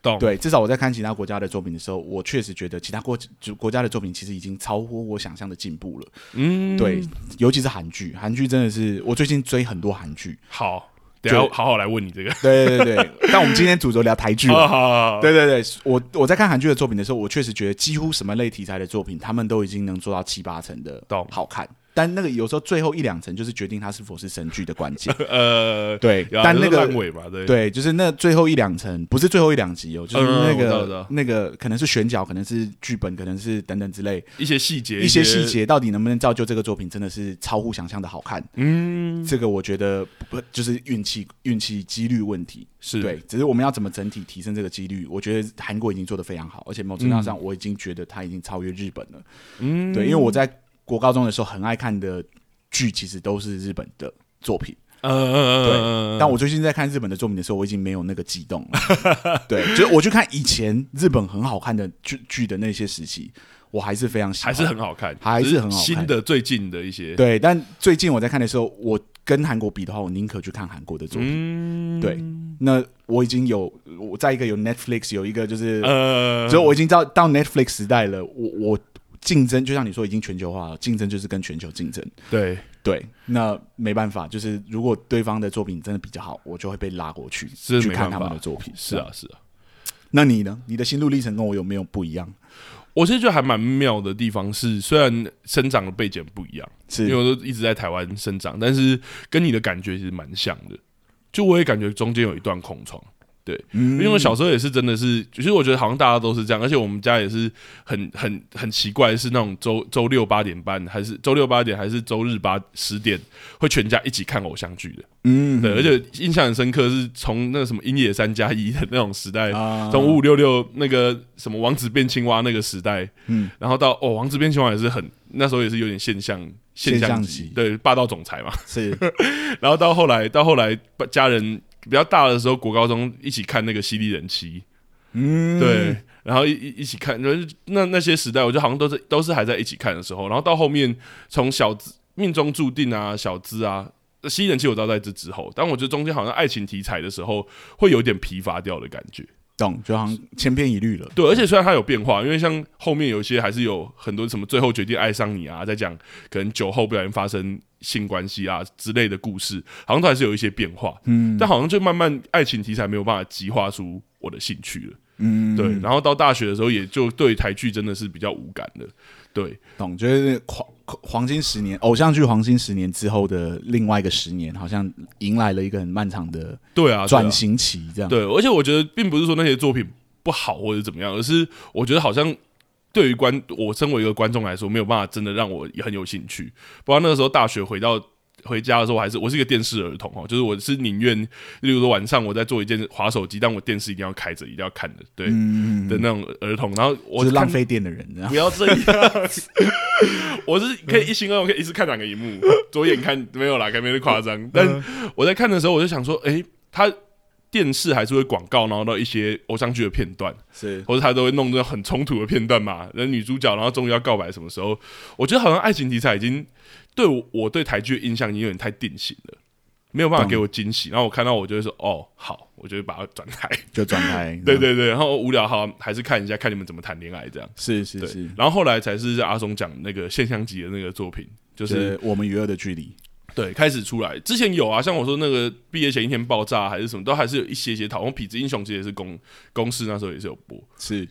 Speaker 2: 懂
Speaker 1: 对，至少我在看其他国家的作品的时候，我确实觉得其他国就国家的作品其实已经超乎我想象的进步了。
Speaker 2: 嗯
Speaker 1: 对，尤其是韩剧，韩剧真的是我最近追很多韩剧。
Speaker 2: 好，等一下
Speaker 1: 就
Speaker 2: 好好来问你这个。
Speaker 1: 对对对对，但我们今天主轴聊台剧
Speaker 2: 啊，好
Speaker 1: 了。
Speaker 2: 好好
Speaker 1: 嗯对对对，我我在看韩剧的作品的时候，我确实觉得几乎什么类题材的作品，他们都已经能做到七八成的
Speaker 2: 懂
Speaker 1: 好看。但那个有时候最后一两层就是决定它是否是神剧的关 键。
Speaker 2: 呃，
Speaker 1: 对
Speaker 2: 有啊
Speaker 1: 但
Speaker 2: 就
Speaker 1: 那
Speaker 2: 是
Speaker 1: 个
Speaker 2: 烂尾嘛，对
Speaker 1: 对，就是那最后一两层，不是最后一两集哦，就是
Speaker 2: 嗯嗯
Speaker 1: 那
Speaker 2: 我知道我知
Speaker 1: 个
Speaker 2: 道
Speaker 1: 那个可能是选角，可能是剧本，可能是等等之类
Speaker 2: 一些细节，
Speaker 1: 一些细，节，到底能不能造就这个作品，真的是超乎想象的好看。
Speaker 2: 嗯，
Speaker 1: 这个我觉得不就是运气、运气几率问题，
Speaker 2: 是
Speaker 1: 对。只是我们要怎么整体提升这个几率，我觉得韩国已经做得非常好，而且某程度上我已经觉得它已经超越日本了。
Speaker 2: 嗯，
Speaker 1: 对，因为我在国高中的时候很爱看的剧，其实都是日本的作品。
Speaker 2: 呃，嗯嗯
Speaker 1: 对
Speaker 2: 嗯嗯
Speaker 1: 但我最近在看日本的作品的时候，我已经没有那个激动了。 对，就是我去看以前日本很好看的剧剧的那些时期，我还是非常喜
Speaker 2: 还
Speaker 1: 欢，
Speaker 2: 是很好看，
Speaker 1: 还是很好看
Speaker 2: 只新的最近的一些，
Speaker 1: 对。但最近我在看的时候，我跟韩国比的话，我宁可去看韩国的作品。
Speaker 2: 嗯，
Speaker 1: 对，那我已经有我在一个有 Netflix 有一个就是，
Speaker 2: 呃，
Speaker 1: 所以我已经到到 Netflix 时代了。我我竞争就像你说，已经全球化了，竞争就是跟全球竞争。
Speaker 2: 对，
Speaker 1: 对，那没办法，就是如果对方的作品真的比较好，我就会被拉过去
Speaker 2: 是
Speaker 1: 去
Speaker 2: 没
Speaker 1: 看
Speaker 2: 办
Speaker 1: 他
Speaker 2: 法
Speaker 1: 们的作品。
Speaker 2: 是啊，是啊。
Speaker 1: 那你呢？你的心路历程跟我有没有不一样？
Speaker 2: 我其实觉得还蛮妙的地方是，虽然生长的背景不一样，因为
Speaker 1: 是
Speaker 2: 我都一直在台湾生长，但是跟你的感觉其实蛮像的。就我也感觉中间有一段空窗，因为我小时候也是真的是，其实我觉得好像大家都是这样，而且我们家也是很很很奇怪，是那种周周六八点半，还是周六八点，还是周日八十点，会全家一起看偶像剧的。
Speaker 1: 嗯
Speaker 2: 对，而且印象很深刻，是从那个什么英野三加一的那种时代，
Speaker 1: 啊
Speaker 2: 从五五六六那个什么王子变青蛙那个时代，
Speaker 1: 嗯
Speaker 2: 嗯，然后到哦王子变青蛙也是很那时候也是有点现象现
Speaker 1: 现象
Speaker 2: 象
Speaker 1: 级
Speaker 2: 级，对霸道总裁嘛，
Speaker 1: 是
Speaker 2: 然后到后来到后来家人比较大的时候，国高中一起看那个《犀利人妻》，
Speaker 1: 嗯
Speaker 2: 对，然后一一一起看，然后就那那些时代，我觉得好像都是都是还在一起看的时候，然后到后面从小资命中注定啊，小资啊。吸引人气我知道在这之后，但我觉得中间好像爱情题材的时候会有点疲乏掉的感觉。
Speaker 1: 懂，就好像千篇一律了。
Speaker 2: 对，而且虽然它有变化，因为像后面有一些还是有很多什么最后决定爱上你啊，在讲可能酒后不小心发生性关系啊之类的故事，好像都还是有一些变化。嗯，但好像就慢慢爱情题材没有办法激化出我的兴趣了。
Speaker 1: 嗯，
Speaker 2: 对，然后到大学的时候，也就对台剧真的是比较无感的。对，
Speaker 1: 懂，就是黄黄金十年，偶像剧黄金十年之后的另外一个十年，好像迎来了一个很漫长的
Speaker 2: 对啊，对啊
Speaker 1: 转型期，这样。
Speaker 2: 对，而且我觉得并不是说那些作品不好或者怎么样，而是我觉得好像对于观我身为一个观众来说，没有办法真的让我很有兴趣。不然那个时候大学回到。回家的时候，我还是我是一个电视儿童哦，就是我是宁愿，例如说晚上我在做一件划手机，但我电视一定要开着，一定要看的，对、
Speaker 1: 嗯，
Speaker 2: 的那种儿童。然后我
Speaker 1: 就是
Speaker 2: 看
Speaker 1: 浪费电的人这样
Speaker 2: 不。要这样。 我是可以一心二用，可以一次看两个荧幕，左眼看没有啦，可没那么夸张。但我在看的时候，我就想说，诶，他电视还是会广告，然后到一些偶像剧的片段，
Speaker 1: 是
Speaker 2: 或者他都会弄这种很冲突的片段嘛，那女主角然后终于要告白，什么时候？我觉得好像爱情题材已经对我我对台剧的印象已经有点太定型了。没有办法
Speaker 1: 懂
Speaker 2: 给我惊喜，然后我看到我就会说哦好，我就会把它转台。
Speaker 1: 就转台。
Speaker 2: 对，对对，然后无聊好还是看一下，看你们怎么谈恋爱这样。
Speaker 1: 是是
Speaker 2: 对
Speaker 1: 是，，
Speaker 2: 然后后来才是阿松讲那个现象级的那个作品，就
Speaker 1: 就是是我们与恶的距离。
Speaker 2: 对开始出来之前有啊，像我说那个毕业前一天爆炸还是什么，都还是有一些些讨论。痞子英雄其实也是公公司那时候也是有播，
Speaker 1: 是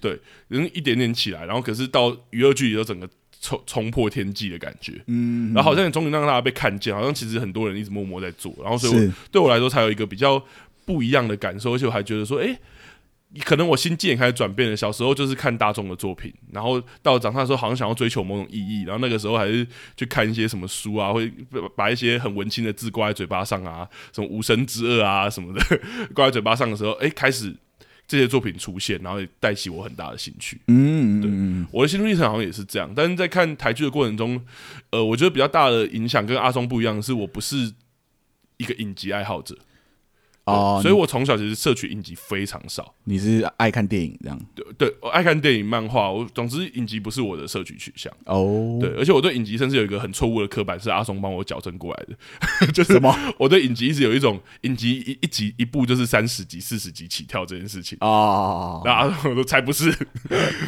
Speaker 2: 嗯，一点点起来，然后可是到娱乐剧里头整个冲冲破天际的感觉，
Speaker 1: 嗯，
Speaker 2: 然后好像也终于让大家被看见，好像其实很多人一直默默在做，然后所以我
Speaker 1: 是
Speaker 2: 对我来说才有一个比较不一样的感受，而且我还觉得说，诶，可能我心境也开始转变了。小时候就是看大众的作品，然后到长大的时候好像想要追求某种意义，然后那个时候还是去看一些什么书啊，会把一些很文青的字挂在嘴巴上啊，什么无声之恶啊什么的 挂在嘴巴上的时候，诶，开始这些作品出现，然后也带起我很大的兴趣。
Speaker 1: 嗯，嗯嗯
Speaker 2: 我的心路历程好像也是这样，但是在看台剧的过程中，呃，我觉得比较大的影响跟阿松不一样，是我不是一个影集爱好者，
Speaker 1: 哦，
Speaker 2: 所以我从小其实摄取影集非常少，
Speaker 1: 你是爱看电影这样
Speaker 2: 对对，我爱看电影、漫画，我总之影集不是我的摄取取向。
Speaker 1: 哦？
Speaker 2: 对，而且我对影集甚至有一个很错误的刻板，是阿松帮我矫正过来的， 就是
Speaker 1: 什么
Speaker 2: 我对影集一直有一种影集一一集一部就是三十集、四十集起跳这件事情。
Speaker 1: 哦，
Speaker 2: 那阿松说才不是，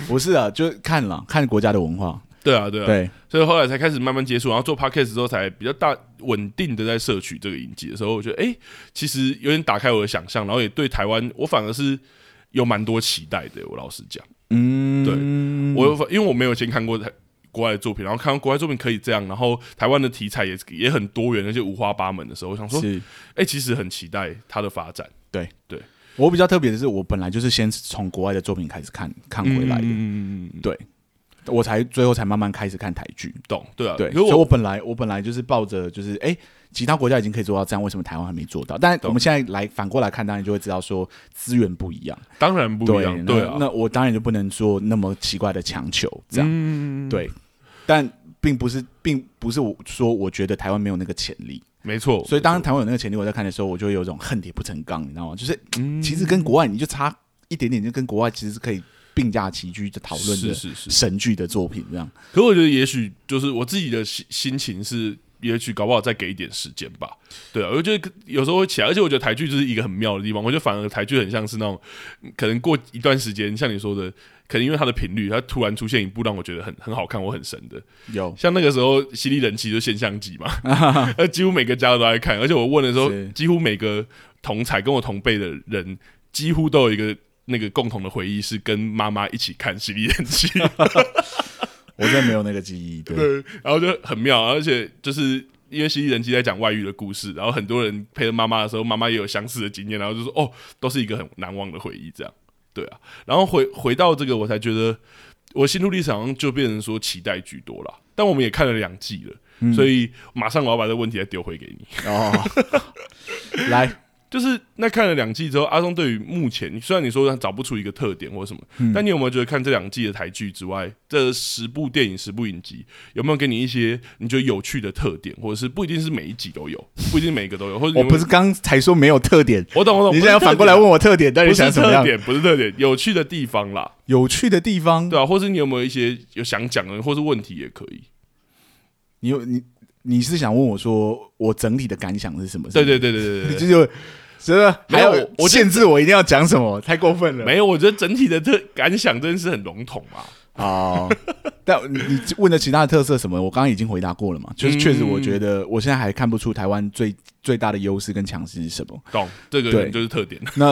Speaker 1: 不是啊，就看了看国家的文化，
Speaker 2: 对啊，对啊，
Speaker 1: 对，
Speaker 2: 所以后来才开始慢慢接触，然后做 podcast 之后才比较大稳定的在摄取这个影集的时候，我觉得哎、诶其实有点打开我的想象，然后也对台湾，我反而是有蛮多期待的。我老实讲，
Speaker 1: 嗯，
Speaker 2: 对
Speaker 1: 对
Speaker 2: 我有反因为我没有先看过台国外的作品，然后看到国外作品可以这样，然后台湾的题材也也很多元，而且五花八门的时候，我想说，哎、
Speaker 1: 是。
Speaker 2: 其实很期待它的发展。
Speaker 1: 我比较特别的是，我本来就是先从国外的作品开始看看回来的，
Speaker 2: 嗯嗯嗯，
Speaker 1: 对我才最后才慢慢开始看台剧。
Speaker 2: 懂对啊，
Speaker 1: 对，
Speaker 2: 可
Speaker 1: 所以
Speaker 2: 是我
Speaker 1: 我本来我本来就是抱着就是哎、诶其他国家已经可以做到这样，为什么台湾还没做到？但我们现在来反过来看，当然就会知道说资源不一样，
Speaker 2: 当然不一样，
Speaker 1: 对
Speaker 2: 对
Speaker 1: 那
Speaker 2: 啊，
Speaker 1: 那我当然就不能做那么奇怪的强求，这样、
Speaker 2: 嗯，
Speaker 1: 对，但。并不是，并不是我说，我觉得台湾没有那个潜力，
Speaker 2: 没错。
Speaker 1: 所以当
Speaker 2: 没错
Speaker 1: 台湾有那个潜力，我在看的时候，我就会有一种恨铁不成钢，你知道吗？就是
Speaker 2: 嗯
Speaker 1: 其实跟国外你就差一点点，就跟国外其实是可以并驾齐驱的讨论
Speaker 2: 是
Speaker 1: 的
Speaker 2: 是是，
Speaker 1: 神剧的作品，这样
Speaker 2: 可我觉得也许就是我自己的心心情是，也许搞不好再给一点时间吧。对啊，我觉得有时候会起来，而且我觉得台剧就是一个很妙的地方。我觉得反而台剧很像是那种，嗯可能过一段时间，像你说的，可能因为它的频率，它突然出现一部让我觉得很很好看，我很神的。
Speaker 1: 有
Speaker 2: 像那个时候《犀利人妻》就现象级嘛，那几乎每个家都在看，而且我问的时候
Speaker 1: 是，
Speaker 2: 几乎每个同才跟我同辈的人，几乎都有一个。那个共同的回忆是跟妈妈一起看《犀利人妻》，
Speaker 1: 我真的没有那个记忆，对，
Speaker 2: 对，然后就很妙，啊而且就是因为《犀利人妻》在讲外遇的故事，然后很多人陪着妈妈的时候，妈妈也有相似的经验，然后就说哦，都是一个很难忘的回忆，这样对啊。然后回回到这个，我才觉得我心路历程好像就变成说期待居多啦。但我们也看了两季了，所以马上我要把这个问题再丢回给你。
Speaker 1: 哦， 来，
Speaker 2: 就是那看了两季之后，阿松对于目前虽然你说他找不出一个特点或什么，
Speaker 1: 嗯
Speaker 2: 但你有没有觉得看这两季的台剧之外，这十部电影、十部影集，有没有给你一些你觉得有趣的特点，或者是不一定是每一集都有，不一定每一个都有，或者
Speaker 1: 我
Speaker 2: 你有没有
Speaker 1: 哦不是，刚才说没有特点，啊
Speaker 2: 我懂我懂，
Speaker 1: 你现在反过来问我特点，到
Speaker 2: 不
Speaker 1: 底
Speaker 2: 是
Speaker 1: 想
Speaker 2: 特点，
Speaker 1: 什么样
Speaker 2: 不是特？点，不是特点，有趣的地方啦，
Speaker 1: 有趣的地方，
Speaker 2: 对啊，或是你有没有一些有想讲的，或是问题也可以，
Speaker 1: 你有你你是想问我说我整体的感想是什么？
Speaker 2: 对对对对对对
Speaker 1: 你就
Speaker 2: 对
Speaker 1: 是是不是
Speaker 2: 没
Speaker 1: 还
Speaker 2: 有
Speaker 1: 有
Speaker 2: 我我
Speaker 1: 限制我一定要讲什么，太过分了。
Speaker 2: 没有，我觉得整体的特感想真的是很笼统啊嘛，
Speaker 1: 哦， 但你问的其他的特色什么，我刚刚已经回答过了嘛。
Speaker 2: 嗯
Speaker 1: 就是确实，我觉得我现在还看不出台湾最最大的优势跟强势是什么。
Speaker 2: 懂这个
Speaker 1: 对
Speaker 2: 可能就是特点
Speaker 1: 那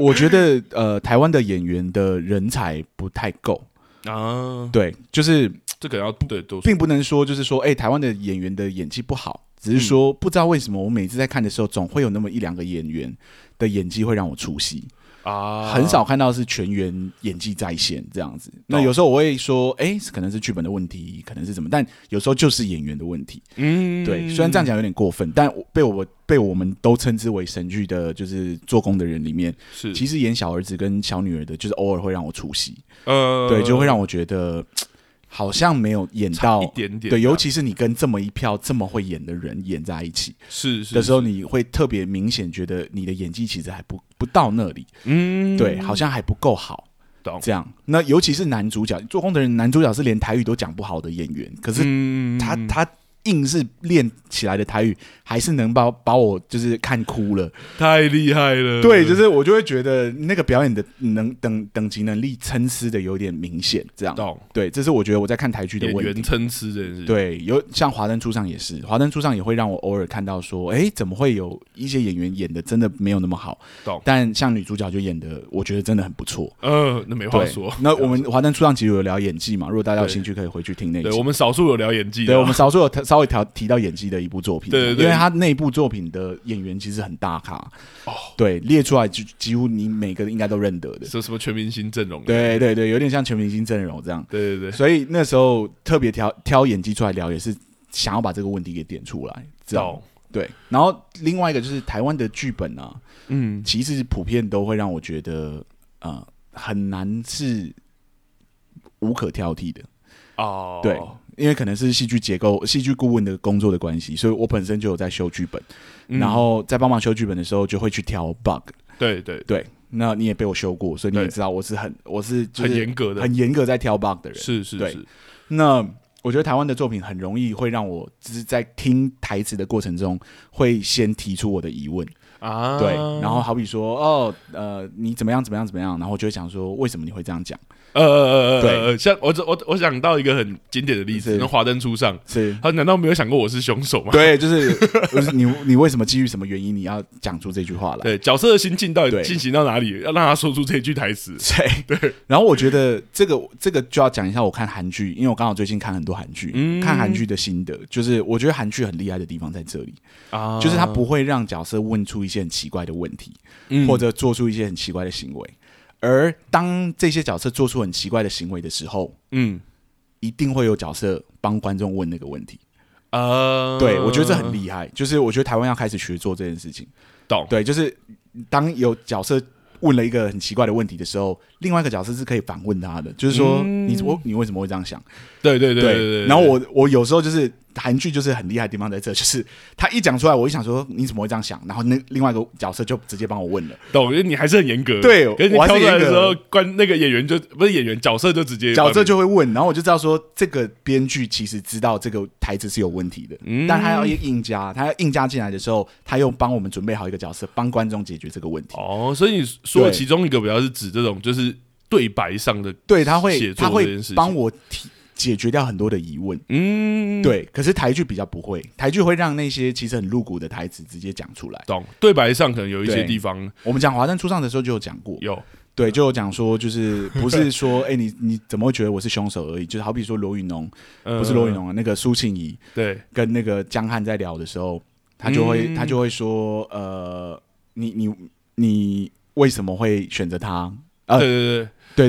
Speaker 1: 我觉得，呃，台湾的演员的人才不太够。
Speaker 2: 啊，
Speaker 1: 对，就是
Speaker 2: 这可能要对多
Speaker 1: 并不能说就是说，哎、台湾的演员的演技不好，只是
Speaker 2: 嗯
Speaker 1: 说不知道为什么，我每次在看的时候，总会有那么一两个演员的演技会让我出戏。
Speaker 2: 啊，
Speaker 1: 很少看到是全员演技在线这样子。那有时候我会说，哎、可能是剧本的问题，可能是什么，但有时候就是演员的问题。
Speaker 2: 嗯
Speaker 1: 对，虽然这样讲有点过分，但我被我被我们都称之为神剧的，就是做工的人里面，
Speaker 2: 是，
Speaker 1: 其实演小儿子跟小女儿的，就是偶尔会让我出戏，
Speaker 2: 呃，
Speaker 1: 对，就会让我觉得嘖好像没有演
Speaker 2: 差
Speaker 1: 到
Speaker 2: 一。点点，啊
Speaker 1: 对，尤
Speaker 2: 其
Speaker 1: 其是你跟这么一票这么会演的人演在一起
Speaker 2: 是是
Speaker 1: 的时候，你会特别明显觉得你的演技其实还不不到那里，
Speaker 2: 嗯，
Speaker 1: 对，好像还不够好。
Speaker 2: 懂，
Speaker 1: 这样，那尤其是男主角做工的人，男主角是连台语都讲不好的演员，可是
Speaker 2: 嗯，
Speaker 1: 他、他硬是练起来的台语，还是能把把我就是看哭了。
Speaker 2: 太厉害了，
Speaker 1: 对，就是我就会觉得那个表演的能等等级能力参差的有点明显，这样。
Speaker 2: 懂
Speaker 1: 对，这是我觉得我在看台剧的
Speaker 2: 演
Speaker 1: 问
Speaker 2: 员
Speaker 1: 题。
Speaker 2: 参差这件事，，
Speaker 1: 对，有像《华灯初上》也是，《华灯初上》也会让我偶尔看到说，哎，怎么会有一些演员演的真的没有那么好？
Speaker 2: 懂
Speaker 1: 但像女主角就演的，我觉得真的很不错。
Speaker 2: 呃，那没话
Speaker 1: 对，
Speaker 2: 说，
Speaker 1: 那我们华灯初上其实有聊演技嘛，如果大家有
Speaker 2: 对
Speaker 1: 兴趣，可以回去听那一
Speaker 2: 对
Speaker 1: 集
Speaker 2: 我。们少数有聊演技的，啊
Speaker 1: 对，我们少数有特稍微调提到演技的一部作品，
Speaker 2: 对对对
Speaker 1: 因为他那部作品的演员其实很大咖，
Speaker 2: 哦，
Speaker 1: 对，列出来就几乎你每个应该都认得的，
Speaker 2: 什什么全明星阵容，啊
Speaker 1: 对对对，有点像全明星阵容这样，
Speaker 2: 对对对，
Speaker 1: 所以那时候特别挑挑演技出来聊，也是想要把这个问题给点出来，知道吗
Speaker 2: 懂，
Speaker 1: 对。然后另外一个就是台湾的剧本啊，
Speaker 2: 嗯，
Speaker 1: 其实普遍都会让我觉得，呃，很难是无可挑剔的。
Speaker 2: 哦，
Speaker 1: 对，因为可能是戏剧结构、戏剧顾问的工作的关系，所以我本身就有在修剧本，
Speaker 2: 嗯
Speaker 1: 然后在帮忙修剧本的时候就会去挑 bug。
Speaker 2: 对对
Speaker 1: 对，那你也被我修过，所以你也
Speaker 2: 对
Speaker 1: 知道我是很我是就是
Speaker 2: 很严格的
Speaker 1: 很严格在挑 bug 的人。
Speaker 2: 是是
Speaker 1: 对
Speaker 2: 是，
Speaker 1: 那我觉得台湾的作品很容易会让我只是在听台词的过程中，会先提出我的疑问，
Speaker 2: 啊，
Speaker 1: 对，然后好比说哦，呃，你怎么样怎么样怎么样，然后我就会想说，为什么你会这样讲？
Speaker 2: 呃呃呃
Speaker 1: 对
Speaker 2: 呃呃，像我我我想到一个很经典的例子，
Speaker 1: 是
Speaker 2: 那《华灯初上》，
Speaker 1: 是
Speaker 2: 他难道没有想过我是凶手吗？
Speaker 1: 对，就是就是你你为什么基于什么原因你要讲出这句话来？
Speaker 2: 对，角色的心境到底
Speaker 1: 对
Speaker 2: 进行到哪里，要让他说出这句台词？
Speaker 1: 对对，然后我觉得这个这个就要讲一下我看韩剧，因为我刚好最近看很多韩剧，
Speaker 2: 嗯
Speaker 1: 看韩剧的心得，就是我觉得韩剧很厉害的地方在这里，
Speaker 2: 啊
Speaker 1: 就是他不会让角色问出一些很奇怪的问题，
Speaker 2: 嗯
Speaker 1: 或者做出一些很奇怪的行为，而当这些角色做出很奇怪的行为的时候，
Speaker 2: 嗯
Speaker 1: 一定会有角色帮观众问那个问题。
Speaker 2: 呃，
Speaker 1: 对，我觉得这很厉害，就是我觉得台湾要开始学做这件事情。
Speaker 2: 懂
Speaker 1: 对，就是当有角色问了一个很奇怪的问题的时候，另外一个角色是可以反问他的，就是说、
Speaker 2: 嗯
Speaker 1: 你我你为什么会这样想？
Speaker 2: 对对对对。
Speaker 1: 然后我我有时候就是韩剧就是很厉害的地方在这，就是他一讲出来，我就想说你怎么会这样想？然后那另外一个角色就直接帮我问了。
Speaker 2: 懂，因为你还是很严格，
Speaker 1: 对
Speaker 2: 可是你
Speaker 1: 我还
Speaker 2: 挑
Speaker 1: 是
Speaker 2: 出来的
Speaker 1: 严
Speaker 2: 时
Speaker 1: 格
Speaker 2: 候，关那个演员就不是演员，角色就直接
Speaker 1: 角色就会问，然后我就知道说这个编剧其实知道这个台词是有问题的，
Speaker 2: 嗯
Speaker 1: 但他要硬加，他要硬加进来的时候，他又帮我们准备好一个角色，帮观众解决这个问题。
Speaker 2: 哦，所以你说的
Speaker 1: 对
Speaker 2: 其中一个比较是指这种就是对白上的，
Speaker 1: 对，他会
Speaker 2: 写
Speaker 1: 他
Speaker 2: 作这件
Speaker 1: 会
Speaker 2: 事情
Speaker 1: 帮我提解决掉很多的疑问。
Speaker 2: 嗯，，
Speaker 1: 对，可是台剧比较不会，台剧会让那些其实很露骨的台词直接讲出来。
Speaker 2: 懂，对白上可能有一些
Speaker 1: 对
Speaker 2: 地方
Speaker 1: 我们讲《华灯初上》的时候就有讲过，
Speaker 2: 有，
Speaker 1: 对，就有讲说，就是不是说，哎、你你怎么会觉得我是凶手而已？就是好比说罗宇农，不是罗宇
Speaker 2: 嗯，
Speaker 1: 农啊，那个苏庆仪，
Speaker 2: 对，
Speaker 1: 跟那个江汉在聊的时候，他就会、
Speaker 2: 嗯
Speaker 1: 他就会说，呃，你你你为什么会选择他？呃
Speaker 2: 对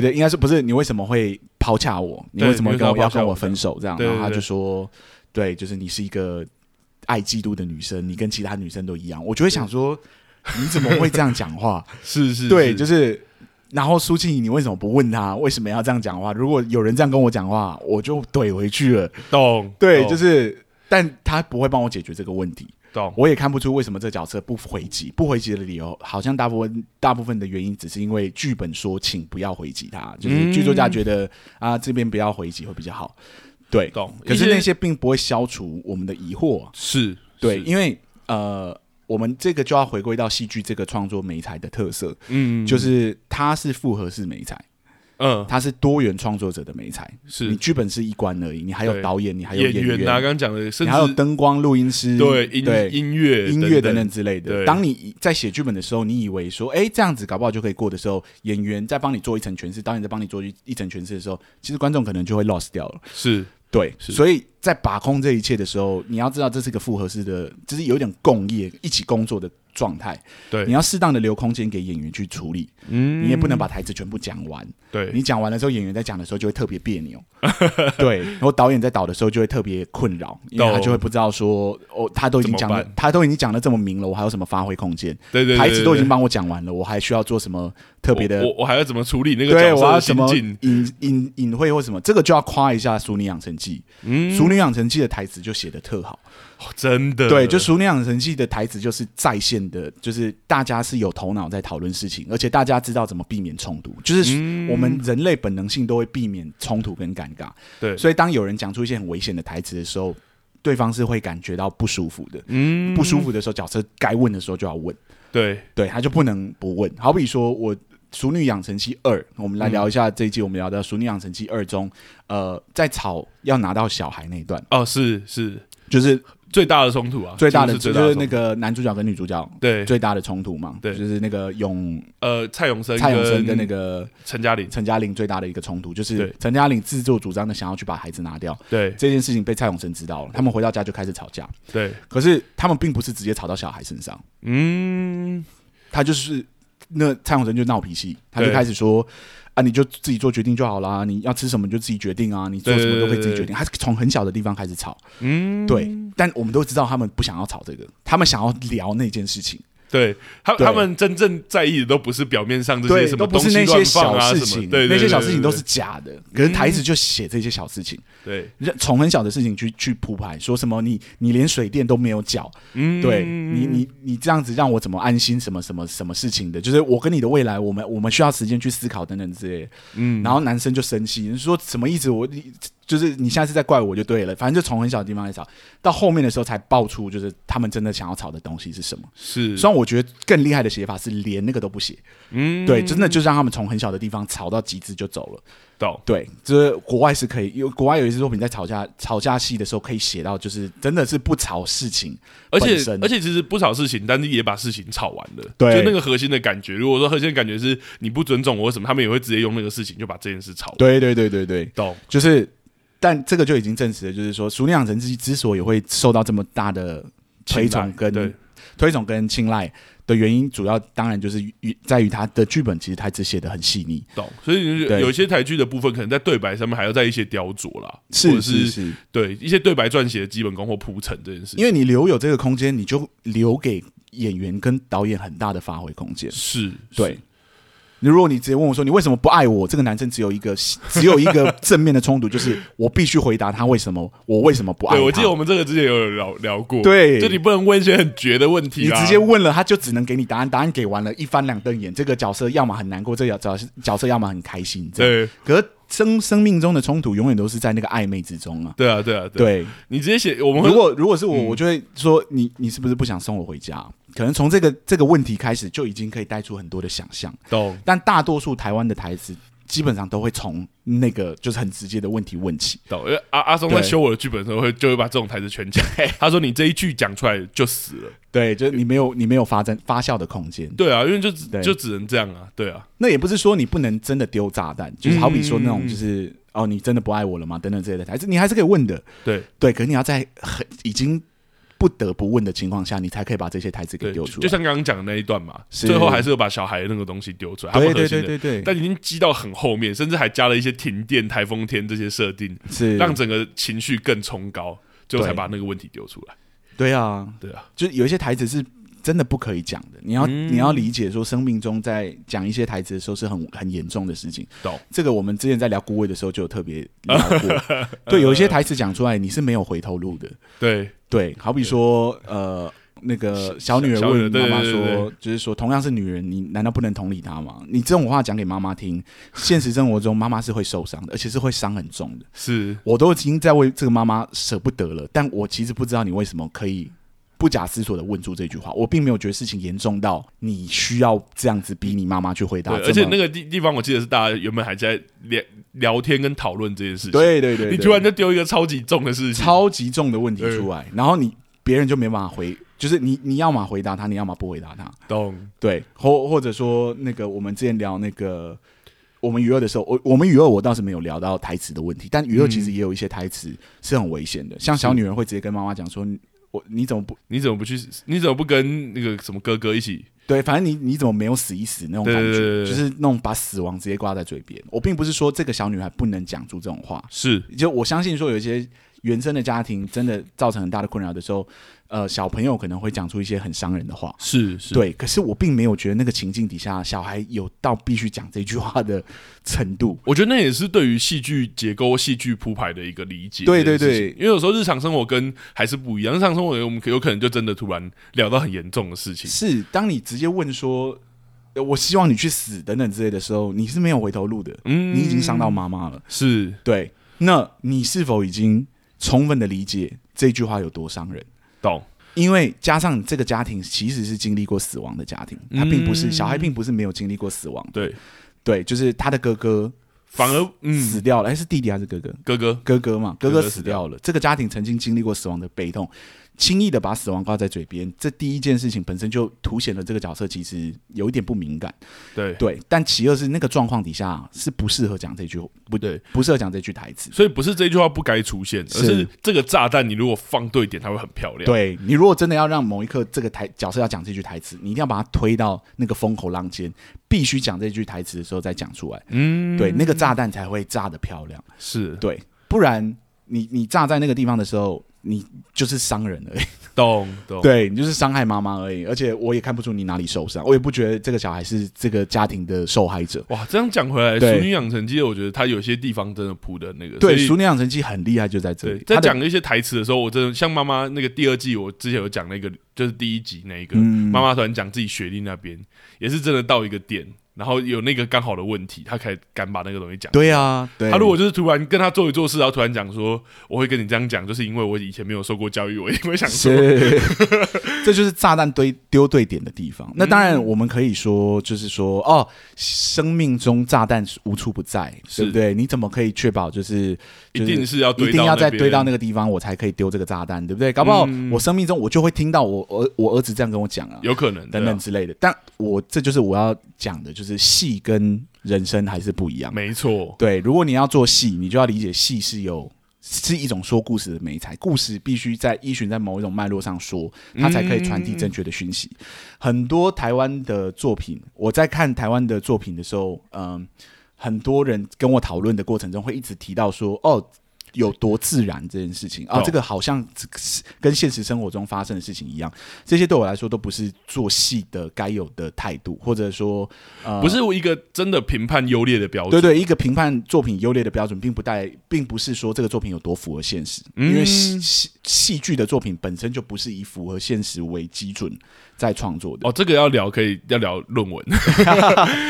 Speaker 1: 对
Speaker 2: 对
Speaker 1: 对，应该是不是你为什么会抛下我？你
Speaker 2: 对
Speaker 1: 为什么会跟我
Speaker 2: 你为什么
Speaker 1: 要
Speaker 2: 要抛下
Speaker 1: 跟
Speaker 2: 我
Speaker 1: 我分手？这样，
Speaker 2: 对对
Speaker 1: 然后他
Speaker 2: 对
Speaker 1: 就说，对，就是你是一个爱嫉妒的女生，你跟其他女生都一样。我就会想说，你怎么会这样讲话？
Speaker 2: 对， 是是，
Speaker 1: 对，就是是。然后苏庆怡，你为什么不问他为什么要这样讲话？如果有人这样跟我讲话，我就怼回去了。
Speaker 2: 懂，
Speaker 1: 对，
Speaker 2: 懂
Speaker 1: 就是，但他不会帮我解决这个问题。
Speaker 2: 懂，
Speaker 1: 我也看不出为什么这角色不回击，不回击的理由，好像大部分大部分的原因只是因为剧本说请不要回击他，就是剧作家觉得、啊这边不要回击会比较好。对，
Speaker 2: 懂
Speaker 1: 可
Speaker 2: 一
Speaker 1: 是
Speaker 2: 些
Speaker 1: 那些并不会消除我们的疑惑啊、
Speaker 2: 是，
Speaker 1: 对，
Speaker 2: 是
Speaker 1: 因为呃，我们这个就要回归到戏剧这个创作媒材的特色，
Speaker 2: 嗯，
Speaker 1: 就是它是复合式媒材，
Speaker 2: 嗯
Speaker 1: 它是多元创作者的媒材。你
Speaker 2: 是
Speaker 1: 剧本是一关而已，你还有
Speaker 2: 对
Speaker 1: 导演，你还有
Speaker 2: 演
Speaker 1: 员，
Speaker 2: 员啊，刚刚讲的，甚
Speaker 1: 你还有
Speaker 2: 至
Speaker 1: 灯光、录音师，
Speaker 2: 对音
Speaker 1: 对
Speaker 2: 音乐
Speaker 1: 音乐等
Speaker 2: 等
Speaker 1: 等，之类的。
Speaker 2: 对
Speaker 1: 当你在写剧本的时候，你以为说，哎，这样子搞不好就可以过的时候，演员在帮你做一层诠释，导演在帮你做一一层诠释的时候，其实观众可能就会 lost 掉了。
Speaker 2: 是
Speaker 1: 对，
Speaker 2: 是
Speaker 1: 所以在把控这一切的时候，你要知道这是一个复合式的，就是有点共业一起工作的状态。
Speaker 2: 对
Speaker 1: 你要适当的留空间给演员去处理，
Speaker 2: 嗯
Speaker 1: 你也不能把台词全部讲完。
Speaker 2: 对，
Speaker 1: 你讲完了之后，演员在讲的时候就会特别别 扭，对，然后导演在导的时候就会特别困 扰，因为他
Speaker 2: 懂
Speaker 1: 就会不知道说，哦，他都已经讲了
Speaker 2: 怎么办，
Speaker 1: 他都已经讲的这么明了，我还有什么发挥空间？
Speaker 2: 对对对
Speaker 1: 台词都已经
Speaker 2: 对
Speaker 1: 帮我讲完了，我还需要做什么特别的
Speaker 2: 我？我我还要怎么处理那个
Speaker 1: 对，
Speaker 2: 角
Speaker 1: 我
Speaker 2: 色
Speaker 1: 要
Speaker 2: 的
Speaker 1: 什
Speaker 2: 心
Speaker 1: 么
Speaker 2: 境？
Speaker 1: 隐隐隐晦或什么？这个就要夸一下《熟女养成记》
Speaker 2: 嗯
Speaker 1: 熟女养成记》的台词就写的特好，
Speaker 2: 哦真 的，
Speaker 1: 对，就《熟女养成记》的台词就是在线的，就是大家是有头脑在讨论事情，而且大家知道怎么避免冲突，就是
Speaker 2: 嗯
Speaker 1: 我们人类本能性都会避免冲突跟尴尬，
Speaker 2: 对，
Speaker 1: 所以当有人讲出一些很危险的台词的时候，对方是会感觉到不舒服的。
Speaker 2: 嗯
Speaker 1: 不舒服的时候，角色该问的时候就要问，
Speaker 2: 对，
Speaker 1: 对，他就不能不
Speaker 2: 嗯
Speaker 1: 问。好比说我。《熟女养成记二》，我们来聊一下这一季我们聊的《熟女养成记二》中，呃，在吵要拿到小孩那一段，
Speaker 2: 哦，是是
Speaker 1: 就是
Speaker 2: 最大的冲突啊，
Speaker 1: 最大的
Speaker 2: 几乎
Speaker 1: 就是那
Speaker 2: 最大的冲突
Speaker 1: 个男主角跟女主角
Speaker 2: 对，
Speaker 1: 最大的冲突嘛，
Speaker 2: 对
Speaker 1: 就是那个永
Speaker 2: 呃，蔡永生、
Speaker 1: 蔡永生跟那个
Speaker 2: 陈嘉玲，
Speaker 1: 陈嘉玲最大的一个冲突，就是
Speaker 2: 对
Speaker 1: 陈嘉玲自作主张的想要去把孩子拿掉
Speaker 2: 对
Speaker 1: 这件事情被蔡永生知道了，他们回到家就开始吵架，
Speaker 2: 对，
Speaker 1: 可是他们并不是直接吵到小孩身上，
Speaker 2: 嗯，
Speaker 1: 他就是那蔡永生就闹脾气，他就
Speaker 2: 对
Speaker 1: 开始说。啊，你就自己做决定就好啦，你要吃什么就自己决定啊，你做什么都可以自己决
Speaker 2: 对对对
Speaker 1: 定。他从很小的地方开始吵，
Speaker 2: 嗯，
Speaker 1: 对，但我们都知道他们不想要吵这个，他们想要聊那件事情。
Speaker 2: 对他
Speaker 1: 对
Speaker 2: 他们真正在意的都不是表面上这些
Speaker 1: 对，
Speaker 2: 什
Speaker 1: 都
Speaker 2: 么
Speaker 1: 不
Speaker 2: 东
Speaker 1: 是
Speaker 2: 西
Speaker 1: 那些
Speaker 2: 乱放
Speaker 1: 小
Speaker 2: 啊
Speaker 1: 事
Speaker 2: 什
Speaker 1: 情
Speaker 2: 么，，对，对
Speaker 1: 那些小事情都
Speaker 2: 对
Speaker 1: 是假的。可是台子就写这些小事情，
Speaker 2: 对，
Speaker 1: 人从很小的事情去去铺排，说什么你你连水电都没有缴，
Speaker 2: 嗯
Speaker 1: 对你你你这样子让我怎么安心？什么什么什么事情的？就是我跟你的未来，我们我们需要时间去思考等等之类的。
Speaker 2: 嗯
Speaker 1: 然后男生就生气，你说什么意思？我你就是你下次再怪我就对了，反正就从很小的地方来吵，到后面的时候才爆出就是他们真的想要吵的东西是什么。
Speaker 2: 是，
Speaker 1: 虽然我觉得更厉害的写法是连那个都不写，
Speaker 2: 嗯
Speaker 1: 对，真的就让他们从很小的地方吵到极致就走了。
Speaker 2: 到
Speaker 1: 对，就是国外是可以有国外有一些作品在吵架吵架戏的时候可以写到，就是真的是不吵事情，
Speaker 2: 而且
Speaker 1: 本身
Speaker 2: 而且其实不少事情，但是也把事情吵完了。
Speaker 1: 对
Speaker 2: 就那个核心的感觉。如果说核心的感觉是你不尊重我或什么，他们也会直接用那个事情就把这件事吵完。
Speaker 1: 对对对对对，
Speaker 2: 懂，
Speaker 1: 就是，但这个就已经证实了，就是说，熟练养成之之所以会受到这么大的推
Speaker 2: 青睐
Speaker 1: 崇跟
Speaker 2: 对
Speaker 1: 推崇跟青睐的原因，主要当然就是于在于他的剧本其实台词写的很细腻，
Speaker 2: 懂。所以就是
Speaker 1: 对
Speaker 2: 有一些台剧的部分，可能在对白上面还要在一些雕琢啦，或
Speaker 1: 是
Speaker 2: 者是
Speaker 1: 是，
Speaker 2: 对一些对白撰写的基本功或铺陈这件事情。
Speaker 1: 因为你留有这个空间，你就留给演员跟导演很大的发挥空间。
Speaker 2: 是，
Speaker 1: 对
Speaker 2: 是，
Speaker 1: 你如果你直接问我说你为什么不爱我，这个男生只有一个 只有一个正面的冲突，就是我必须回答他为什么我为什么不爱
Speaker 2: 对，
Speaker 1: 他。
Speaker 2: 我记得我们这个之前有聊聊过，
Speaker 1: 对
Speaker 2: 就你不能问一些很绝的问题啊
Speaker 1: 你
Speaker 2: 啦，
Speaker 1: 直接问了，他就只能给你答案，答案给完了，一翻两瞪眼。这个角色要么很难过，这个角角角色要么很开心。这样，
Speaker 2: 对
Speaker 1: 可是生生命中的冲突永远都是在那个暧昧之中啊。
Speaker 2: 对啊，对啊，啊，
Speaker 1: 对，
Speaker 2: 你直接写我们
Speaker 1: 如
Speaker 2: 会嗯
Speaker 1: 果如果是我，我就会说你你是不是不想送我回家？可能从这个这个问题开始，就已经可以带出很多的想象。
Speaker 2: 懂，
Speaker 1: 但大多数台湾的台词基本上都会从那个就是很直接的问题问起。
Speaker 2: 懂，因为阿阿松在
Speaker 1: 对
Speaker 2: 修我的剧本的时候会，就会把这种台词全讲。他说：“你这一句讲出来就死了。
Speaker 1: 对，就是你没有你没有发展发酵的空间”。
Speaker 2: 对啊，因为就
Speaker 1: 对
Speaker 2: 就只能这样啊，对啊，
Speaker 1: 那也不是说你不能真的丢炸弹，就是好比说那
Speaker 2: 嗯
Speaker 1: 种就是、哦，你真的不爱我了吗？等等之类的，还是你还是可以问的，
Speaker 2: 对，
Speaker 1: 对。可是你要在很已经不得不问的情况下，你才可以把这些台词给
Speaker 2: 对，
Speaker 1: 丢
Speaker 2: 就
Speaker 1: 出
Speaker 2: 就
Speaker 1: 来。
Speaker 2: 像刚刚讲的那一段嘛，
Speaker 1: 是
Speaker 2: 最后还是有把小孩那个东西丢出来，他
Speaker 1: 对
Speaker 2: 们
Speaker 1: 对
Speaker 2: 核心
Speaker 1: 对对
Speaker 2: 的，
Speaker 1: 对，
Speaker 2: 但已经积到很后面，甚至还加了一些停电、台风天这些设定，
Speaker 1: 是
Speaker 2: 让整个情绪更冲高，最后
Speaker 1: 对
Speaker 2: 才把那个问题丢出来。
Speaker 1: 对啊，
Speaker 2: 对啊，
Speaker 1: 就是有一些台词是真的不可以讲的，你要、
Speaker 2: 嗯
Speaker 1: 你要理解说，生命中在讲一些台词的时候是很很严重的事情。
Speaker 2: 懂
Speaker 1: 这个我们之前在聊孤味的时候就有特别聊 过，对，有一些台词讲出来你是没有回头路的。
Speaker 2: 对，
Speaker 1: 对，好比说呃，那个小女儿
Speaker 2: 小
Speaker 1: 问
Speaker 2: 小女儿
Speaker 1: 妈妈
Speaker 2: 对对对
Speaker 1: 说，就是说同样是女人，你难道不能同理她吗？你这种话讲给妈妈听，现实生活中妈妈是会受伤的，而且是会伤很重的。
Speaker 2: 是
Speaker 1: 我都已经在为这个妈妈舍不得了，但我其实不知道你为什么可以。不假思索的问出这句话，我并没有觉得事情严重到你需要这样子逼你妈妈去回答
Speaker 2: 对，
Speaker 1: 这么。
Speaker 2: 而且那个地地方，我记得是大家原本还在聊聊天跟讨论这件事情，
Speaker 1: 对对对，
Speaker 2: 你
Speaker 1: 对
Speaker 2: 突然就丢一个超级重的事情，
Speaker 1: 超级重的问题出来，然后你别人就没办法回，就是你你要么回答他，你要么不回答他。
Speaker 2: 懂
Speaker 1: 对，或或者说那个我们之前聊那个我们娱乐的时候，我我们娱乐我倒是没有聊到台词的问题，但娱乐其实
Speaker 2: 嗯
Speaker 1: 也有一些台词是很危险的，像小女人会直接跟妈妈讲说：“你我你怎么不
Speaker 2: 你怎么不去？你怎么不跟那个什么哥哥一起？
Speaker 1: 对？反正你你怎么没有死一死那种感觉，
Speaker 2: 对对对对
Speaker 1: 就是那种把死亡直接挂在嘴边。我并不是说这个小女孩不能讲出这种话，
Speaker 2: 是
Speaker 1: 就我相信说有一些原生的家庭真的造成很大的困扰的时候，呃，小朋友可能会讲出一些很伤人的话。
Speaker 2: 是是，
Speaker 1: 对，可是我并没有觉得那个情境底下小孩有到必须讲这句话的程度。
Speaker 2: 我觉得那也是对于戏剧结构、戏剧铺排的一个理解。
Speaker 1: 对对
Speaker 2: 这件事
Speaker 1: 对
Speaker 2: 情因为有时候日常生活跟还是不一样，日常生活我们可有可能就真的突然聊到很严重的事情。
Speaker 1: 是，当你直接问说“呃我希望你去死”等等之类的时候，你是没有回头路的，
Speaker 2: 嗯
Speaker 1: 你已经伤到妈妈了。
Speaker 2: 是
Speaker 1: 对，那你是否已经充分的理解这句话有多伤人？
Speaker 2: 懂
Speaker 1: 因为加上这个家庭其实是经历过死亡的家庭，他并不是、小孩，并不是没有经历过死亡。
Speaker 2: 对，
Speaker 1: 对，就是他的哥哥
Speaker 2: 反而嗯，
Speaker 1: 死掉了，哎、是弟弟还是哥哥？
Speaker 2: 哥哥
Speaker 1: 哥哥嘛，哥
Speaker 2: 哥
Speaker 1: 哥
Speaker 2: 哥
Speaker 1: 死
Speaker 2: 死掉
Speaker 1: 掉了。这个家庭曾经经历过死亡的悲痛，轻易的把死亡挂在嘴边，这第一件事情本身就凸显了这个角色其实有一点不敏感。
Speaker 2: 对，
Speaker 1: 对，但其二是那个状况底下是不适合讲这句，不
Speaker 2: 对，
Speaker 1: 不适合讲这句台词。
Speaker 2: 所以不是这句话不该出现，而是
Speaker 1: 是
Speaker 2: 这个炸弹你如果放对点，它会很漂亮。
Speaker 1: 对你如果真的要让某一刻这个台角色要讲这句台词，你一定要把它推到那个风口浪尖，必须讲这句台词的时候再讲出来。
Speaker 2: 嗯，
Speaker 1: 对，那个炸弹才会炸得漂亮。
Speaker 2: 是
Speaker 1: 对，不然你你炸在那个地方的时候，你就是伤人而已，
Speaker 2: 懂懂，
Speaker 1: 对你就是伤害妈妈而已，而且我也看不出你哪里受伤，我也不觉得这个小孩是这个家庭的受害者。
Speaker 2: 哇，这样讲回来，《
Speaker 1: 对
Speaker 2: 熟女养成记》我觉得它有些地方真的铺的那个，
Speaker 1: 对，《
Speaker 2: 所以
Speaker 1: 熟女养成记》很厉害，就在这
Speaker 2: 对
Speaker 1: 里。，
Speaker 2: 在
Speaker 1: 它的
Speaker 2: 讲一些台词的时候，我真的像妈妈那个第二季，我之前有讲那个，就是第一集那一个，
Speaker 1: 嗯
Speaker 2: 妈妈突然讲自己学历那边，也是真的到一个点，然后有那个刚好的问题，她才敢把那个东西讲。
Speaker 1: 对啊，对。
Speaker 2: 她如果就是突然跟她做一做事，然后突然讲说，我会跟你这样讲，就是因为我以前没有受过教育，我一定会想说，
Speaker 1: 是，这就是炸弹堆丢对点的地方。那当
Speaker 2: 嗯
Speaker 1: 然，我们可以说，就是说，哦，生命中炸弹是无处不在，对不对？你怎么可以确保就是
Speaker 2: 一定是要
Speaker 1: 一
Speaker 2: 堆到
Speaker 1: 定要再
Speaker 2: 边嗯
Speaker 1: 堆到那个地方，我才可以丢这个炸弹，对不对？搞不好我生命中我就会听到我儿我儿子这样跟我讲啊，
Speaker 2: 有可能
Speaker 1: 等
Speaker 2: 对
Speaker 1: 等
Speaker 2: 啊
Speaker 1: 之类的。但我这就是我要讲的，就是戏跟人生还是不一样。
Speaker 2: 没错，
Speaker 1: 对，如果你要做戏，你就要理解戏是有是一种说故事的美材，故事必须在依循在某一种脉络上说，它才可以传递正确的讯息。很多台湾的作品，我在看台湾的作品的时候，嗯，很多人跟我讨论的过程中会一直提到说，哦。有多自然这件事情啊，
Speaker 2: 哦
Speaker 1: 这个好像跟现实生活中发生的事情一样，这些对我来说都不是做戏的该有的态度，或者说，呃，
Speaker 2: 不是一个真的评判优劣的标
Speaker 1: 对
Speaker 2: 准。
Speaker 1: 对，一个评判作品优劣的标准，并不带，并不是说这个作品有多符合现实，
Speaker 2: 嗯
Speaker 1: 因为戏戏戏剧的作品本身就不是以符合现实为基准在创作的。
Speaker 2: 哦，这个要聊，可以要聊论 文，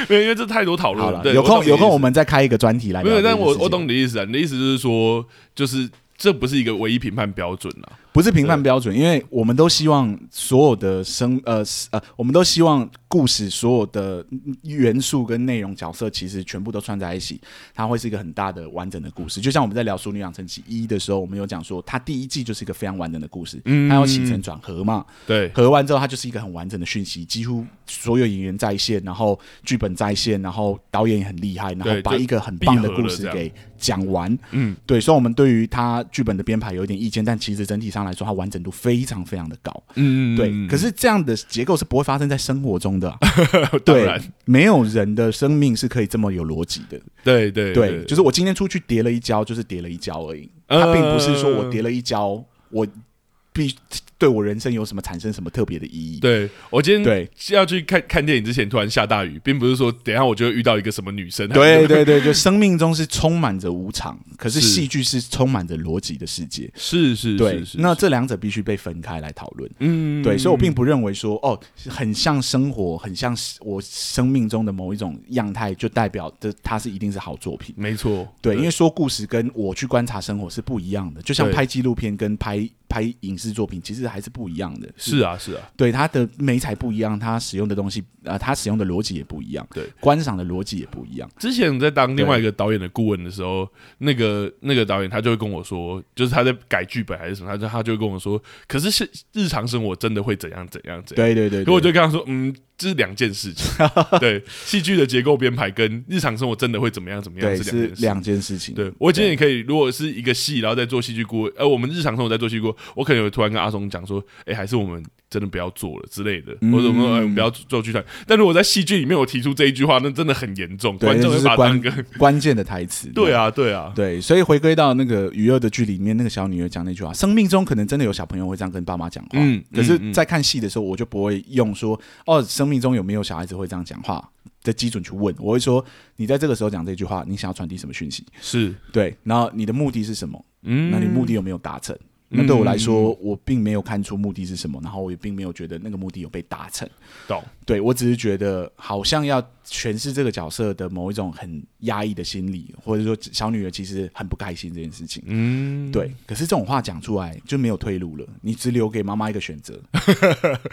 Speaker 2: 没有因为这太多讨
Speaker 1: 好
Speaker 2: 论了。
Speaker 1: 了，
Speaker 2: 对
Speaker 1: 有
Speaker 2: 我懂
Speaker 1: 空
Speaker 2: 你的
Speaker 1: 有空
Speaker 2: 意思
Speaker 1: 我们再开一个专题来
Speaker 2: 没
Speaker 1: 聊
Speaker 2: 有，
Speaker 1: 这件事
Speaker 2: 但
Speaker 1: 情。
Speaker 2: 我我懂你的意思啊。你的意思就是说，就是这不是一个唯一评判标准啊啦。
Speaker 1: 不是评判标准，因为我们都希望所有的生呃是呃，我们都希望故事所有的嗯元素跟内容、角色其实全部都串在一起，它会是一个很大的完整的故事。就像我们在聊《淑女养成记一》的时候，我们有讲说，它第一季就是一个非常完整的故事，它有起承转合嘛，
Speaker 2: 对，
Speaker 1: 合完之后，它就是一个很完整的讯息，几乎所有演员在线，然后剧本在线，然后导演也很厉害，然后
Speaker 2: 对
Speaker 1: 把
Speaker 2: 就
Speaker 1: 一个很棒的
Speaker 2: 闭合了
Speaker 1: 故事
Speaker 2: 这样
Speaker 1: 给讲完。
Speaker 2: 嗯，
Speaker 1: 对，所以我们对于它剧本的编排有一点意见，但其实整体上来说，它完整度非常非常的高。
Speaker 2: 嗯
Speaker 1: 对，可是这样的结构是不会发生在生活中的 啊、
Speaker 2: 当
Speaker 1: 对
Speaker 2: 然，，
Speaker 1: 没有人的生命是可以这么有逻辑的。
Speaker 2: 对对呃
Speaker 1: 对，就是我今天出去跌了一跤，就是跌了一跤而已。它并不是说我跌了一跤，我必对我人生有什么产生什么特别的意义。
Speaker 2: 嗯对我今天
Speaker 1: 对，
Speaker 2: 要去看看电影之前，突然下大雨，并不是说等一下我就会遇到一个什么女生。
Speaker 1: 对对对，就生命中是充满着无常，可是
Speaker 2: 是
Speaker 1: 戏剧是充满着逻辑的世界。
Speaker 2: 是是
Speaker 1: 对
Speaker 2: 是，是，
Speaker 1: 那这两者必须被分开来讨论。
Speaker 2: 嗯
Speaker 1: 对，所以我并不认为说哦，很像生活，很像是我生命中的某一种样态，就代表这它是一定是好作品。
Speaker 2: 没错，
Speaker 1: 对，因为说故事跟我去观察生活是不一样的，就像
Speaker 2: 对
Speaker 1: 拍纪录片跟拍拍影视作品其实还是不一样的。
Speaker 2: 是啊是啊，
Speaker 1: 对它的美彩不一样，它使用的东西呃，它使用的逻辑也不一样，
Speaker 2: 对，
Speaker 1: 观赏的逻辑也不一样。
Speaker 2: 之前在当另外一个导演的顾问的时候，那个那个导演他就会跟我说，就是他在改剧本还是什么，他就他就会跟我说，可是是日常生活真的会怎样怎样怎样。
Speaker 1: 对对对，
Speaker 2: 可我
Speaker 1: 对
Speaker 2: 就跟他说，嗯，这是两件事情。 对，戏剧的结构编排跟日常生活真的会怎么样怎么样
Speaker 1: 对
Speaker 2: 是
Speaker 1: 是
Speaker 2: 两件事。
Speaker 1: 两件事情。
Speaker 2: 对，我今天也可以，如果是一个戏，然后再做戏剧顾问，呃，我们日常生活在做戏剧顾问，我可能有突然跟阿松讲说，哎，还是我们真的不要做了之类的，
Speaker 1: 嗯
Speaker 2: 或者我们、呃、我们不要做剧团。但如果在戏剧里面我提出这一句话，那真的很严重，
Speaker 1: 对
Speaker 2: 观
Speaker 1: 那
Speaker 2: 众会
Speaker 1: 就是
Speaker 2: 把它当一个
Speaker 1: 关键的台词。
Speaker 2: 对，啊，对啊，
Speaker 1: 对，所以回归到那个《娱乐的剧》里面，那个小女儿讲那句话：生命中可能真的有小朋友会这样跟爸妈讲话，
Speaker 2: 嗯
Speaker 1: 可是
Speaker 2: 嗯，嗯
Speaker 1: 在看戏的时候，我就不会用说哦，生命中有没有小孩子会这样讲话的基准去问，我会说你在这个时候讲这句话，你想要传递什么讯息？
Speaker 2: 是，
Speaker 1: 对，然后你的目的是什么？
Speaker 2: 嗯
Speaker 1: 那你目的有没有达成？那对我来说，我并没有看出目的是什么，然后我也并没有觉得那个目的有被达成。
Speaker 2: 懂，
Speaker 1: 对我只是觉得好像要诠释这个角色的某一种很压抑的心理，或者说小女儿其实很不开心这件事情。
Speaker 2: 嗯，
Speaker 1: 对，可是这种话讲出来就没有退路了，你只留给妈妈一个选择。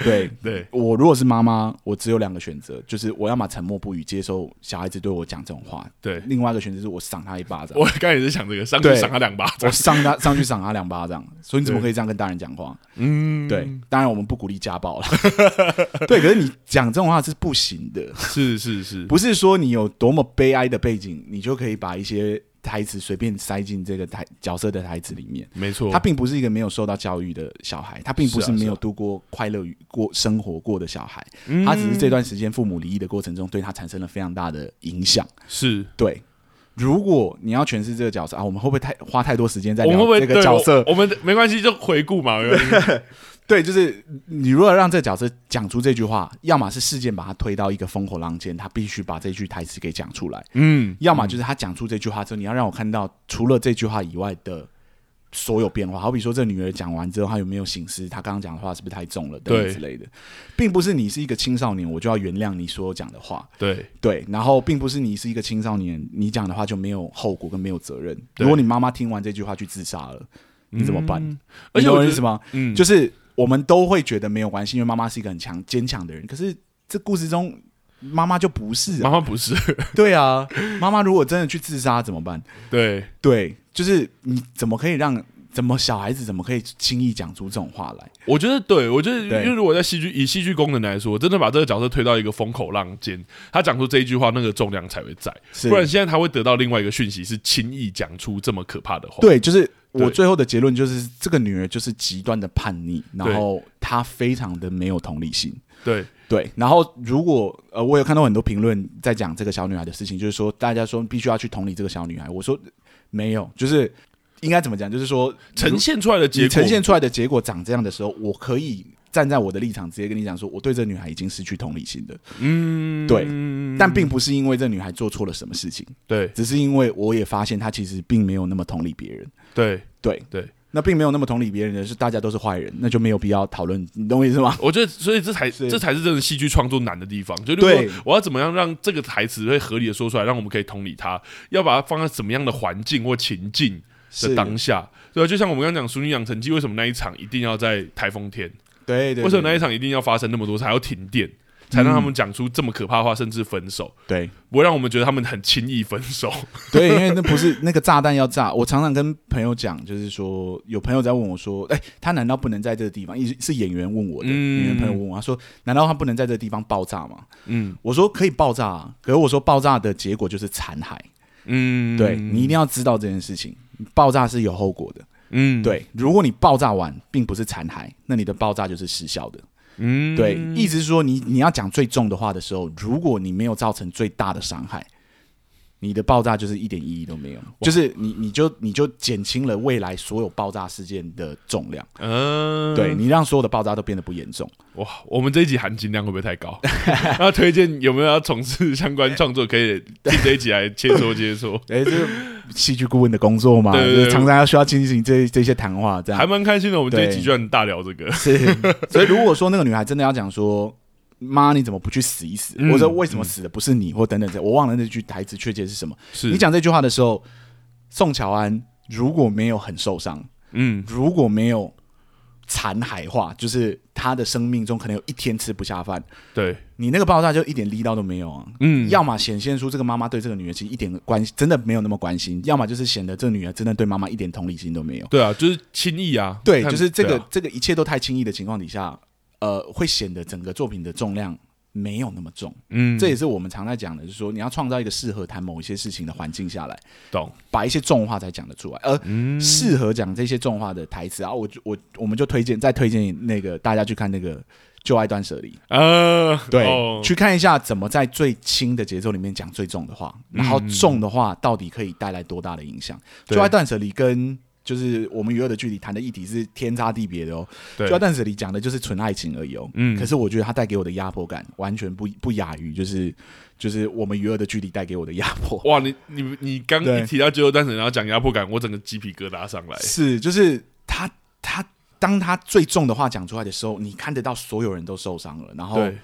Speaker 1: 对
Speaker 2: 对，
Speaker 1: 我如果是妈妈，我只有两个选择，就是我要么沉默不语，接受小孩子对我讲这种话；
Speaker 2: 对，
Speaker 1: 另外一个选择是我赏他一巴掌，
Speaker 2: 我刚才也是想这个，上去
Speaker 1: 对
Speaker 2: 赏他两巴掌
Speaker 1: 我，上他上去赏他两巴掌。所以你怎么可以这样跟大人讲话？
Speaker 2: 嗯，
Speaker 1: 对，，当然我们不鼓励家暴了。 对，可是你讲这种话是不行的。
Speaker 2: 是是是，
Speaker 1: 不是说你有多么悲哀的背景，你就可以把一些台词随便塞进这个台角色的台词里面。
Speaker 2: 没错，
Speaker 1: 他并不是一个没有受到教育的小孩，他并不
Speaker 2: 哦是
Speaker 1: 是
Speaker 2: 啊
Speaker 1: 没有
Speaker 2: 是啊
Speaker 1: 度过快乐与过生活过的小孩，
Speaker 2: 嗯
Speaker 1: 他只是这段时间父母离异的过程中对他产生了非常大的影响。
Speaker 2: 是
Speaker 1: 对，如果你要诠释这个角色啊，我们会不会太花太多时间在
Speaker 2: 我们会不
Speaker 1: 聊
Speaker 2: 会
Speaker 1: 这个角色？
Speaker 2: 对我我们没关系，就回顾嘛。没 关系
Speaker 1: 对，就是你如果让这个角色讲出这句话，要么是事件把他推到一个风口浪尖，他必须把这句台词给讲出来；
Speaker 2: 嗯，
Speaker 1: 要么就是他讲出这句话之后，你要让我看到除了这句话以外的所有变化。好比说，这女儿讲完之后，她有没有醒思？她刚刚讲的话是不是太重了？等等
Speaker 2: 对
Speaker 1: 之类的，并不是你是一个青少年，我就要原谅你所有讲的话。
Speaker 2: 对，
Speaker 1: 对，然后并不是你是一个青少年，你讲的话就没有后果跟没有责任。
Speaker 2: 对
Speaker 1: 如果你妈妈听完这句话去自杀了，你怎么办？
Speaker 2: 嗯而
Speaker 1: 而
Speaker 2: 且
Speaker 1: 且
Speaker 2: 我
Speaker 1: 我意
Speaker 2: 觉
Speaker 1: 思
Speaker 2: 得，
Speaker 1: 吗？
Speaker 2: 嗯，
Speaker 1: 就是我们都会觉得没有关系，因为妈妈是一个很强坚强的人。可是这故事中，妈妈就不是、
Speaker 2: 妈
Speaker 1: 啊。
Speaker 2: 妈不是，
Speaker 1: 对啊，妈妈如果真的去自杀怎么办？
Speaker 2: 对，
Speaker 1: 对，就是你怎么可以让怎么小孩子怎么可以轻易讲出这种话来？
Speaker 2: 我觉得对，我觉得因
Speaker 1: 对
Speaker 2: 为如果在戏剧以戏剧功能来说，真的把这个角色推到一个风口浪尖，他讲出这一句话，那个重量才会在，
Speaker 1: 是
Speaker 2: 不然现在他会得到另外一个讯息，是轻易讲出这么可怕的话。
Speaker 1: 对，就是我
Speaker 2: 对
Speaker 1: 最后的结论就是，这个女儿就是极端的叛逆，然
Speaker 2: 对
Speaker 1: 后她非常的没有同理心。
Speaker 2: 对
Speaker 1: 对，然后如果呃，我有看到很多评论在讲这个小女孩的事情，就是说大家说必须要去同理这个小女孩，我说没有，就是应该怎么讲，就是说
Speaker 2: 呈现出来的结
Speaker 1: 你
Speaker 2: 果，
Speaker 1: 呈现出来的结果长这样的时候，我可以站在我的立场直接跟你讲说，我对这女孩已经失去同理心的，
Speaker 2: 嗯，
Speaker 1: 对但并不是因为这女孩做错了什么事情，
Speaker 2: 对
Speaker 1: 只是因为我也发现她其实并没有那么同理别人，
Speaker 2: 对，
Speaker 1: 对
Speaker 2: 对。
Speaker 1: 那并没有那么同理别人的是，大家都是坏人，那就没有必要讨论，你懂我意思 吗？
Speaker 2: 我觉得，所以这才
Speaker 1: 是
Speaker 2: 这才是真的戏剧创作难的地方。就如果
Speaker 1: 对
Speaker 2: 我要怎么样让这个台词会合理的说出来，让我们可以同理它，要把它放在什么样的环境或情境
Speaker 1: 是
Speaker 2: 的当下，对吧？啊就像我们刚刚讲《熟女养成记》，为什么那一场一定要在台风天？
Speaker 1: 对对，
Speaker 2: 为什么那
Speaker 1: 对
Speaker 2: 一场一定要发生那么多次，还要停电，才让他们讲出这么可怕的话，甚至分手，
Speaker 1: 对？
Speaker 2: 不会让我们觉得他们很轻易 分手。
Speaker 1: 对，因为那不是那个炸弹要炸。我常常跟朋友讲，就是说，有朋友在问我说：“哎、他难道不能在这个地方？”一是演员问我的，
Speaker 2: 嗯
Speaker 1: 演员朋友问我，他说：“难道他不能在这个地方爆炸吗
Speaker 2: 嗯？”
Speaker 1: 我说：“可以爆炸、啊，可是我说爆炸的结果就是残骸。
Speaker 2: 嗯
Speaker 1: 对你一定要知道这件事情，爆炸是有后果的。
Speaker 2: 嗯，
Speaker 1: 对，如果你爆炸完并不是残骸，那你的爆炸就是失效的。
Speaker 2: 嗯
Speaker 1: 对，意思是说你你要讲最重的话的时候，如果你没有造成最大的伤害，你的爆炸就是一点意义都没有，就是你你就你就减轻了未来所有爆炸事件的重量，
Speaker 2: 嗯
Speaker 1: 对你让所有的爆炸都变得不严重。
Speaker 2: 哇，我们这一集含金量会不会太高？ 那推荐有没有要从事相关创作，可以进这一集来切磋 切磋。
Speaker 1: 哎，这是戏剧顾问的工作嘛，
Speaker 2: 对对
Speaker 1: 就是
Speaker 2: 对
Speaker 1: 常常要需要进行这这些谈话，这
Speaker 2: 还
Speaker 1: 样
Speaker 2: 蛮开心的，我们这一集
Speaker 1: 啊对
Speaker 2: 居然大聊这 个。
Speaker 1: 是。所以如果说那个女孩真的要讲说。妈，你怎么不去死一死？
Speaker 2: 嗯
Speaker 1: 或者为什么死的不是你？或等等等，我忘了那句台词确切是什么。
Speaker 2: 是
Speaker 1: 你，讲这句话的时候，宋乔安如果没有很受伤，
Speaker 2: 嗯，
Speaker 1: 如果没有残骸化，就是他的生命中可能有一天吃不下饭，
Speaker 2: 对，
Speaker 1: 你那个爆炸就一点力道都没有啊。
Speaker 2: 嗯，
Speaker 1: 要么显现出这个妈妈对这个女儿其实一点关心真的没有那么关心，要么就是显得这个女儿真的对妈妈一点同理心都没有。
Speaker 2: 对啊，就是轻易啊，
Speaker 1: 对，
Speaker 2: 看
Speaker 1: 就是这个、
Speaker 2: 对啊
Speaker 1: 这个一切都太轻易的情况底下，呃，会显得整个作品的重量没有那么重。
Speaker 2: 嗯，
Speaker 1: 这也是我们常在讲的，就是说你要创造一个适合谈某一些事情的环境下来。
Speaker 2: 懂，
Speaker 1: 把一些重话才讲得出来，
Speaker 2: 嗯
Speaker 1: 而适合讲这些重话的台词啊，我就我我们就推荐再推荐那个大家去看那个《旧爱断舍 离》，
Speaker 2: 呃，
Speaker 1: 对，
Speaker 2: 哦
Speaker 1: 去看一下怎么在最轻的节奏里面讲最重的话，然后重的话到底可以带来多大的影响？
Speaker 2: 嗯对
Speaker 1: 旧爱断舍离》跟就是我们娱乐的距离谈的议题是天差地别的哦，
Speaker 2: 对
Speaker 1: 《旧爱断舍离》讲的就是纯爱情而已哦，
Speaker 2: 嗯
Speaker 1: 可是我觉得它带给我的压迫感完全不不亚于就是就是我们娱乐的距离带给我的压迫。
Speaker 2: 哇，你你你刚
Speaker 1: 对
Speaker 2: 一提到肌肉单纯，然后讲压迫感，我整个鸡皮疙瘩上来。
Speaker 1: 是，就是他他当他最重的话讲出来的时候，你看得到所有人都受伤了，然后
Speaker 2: 对，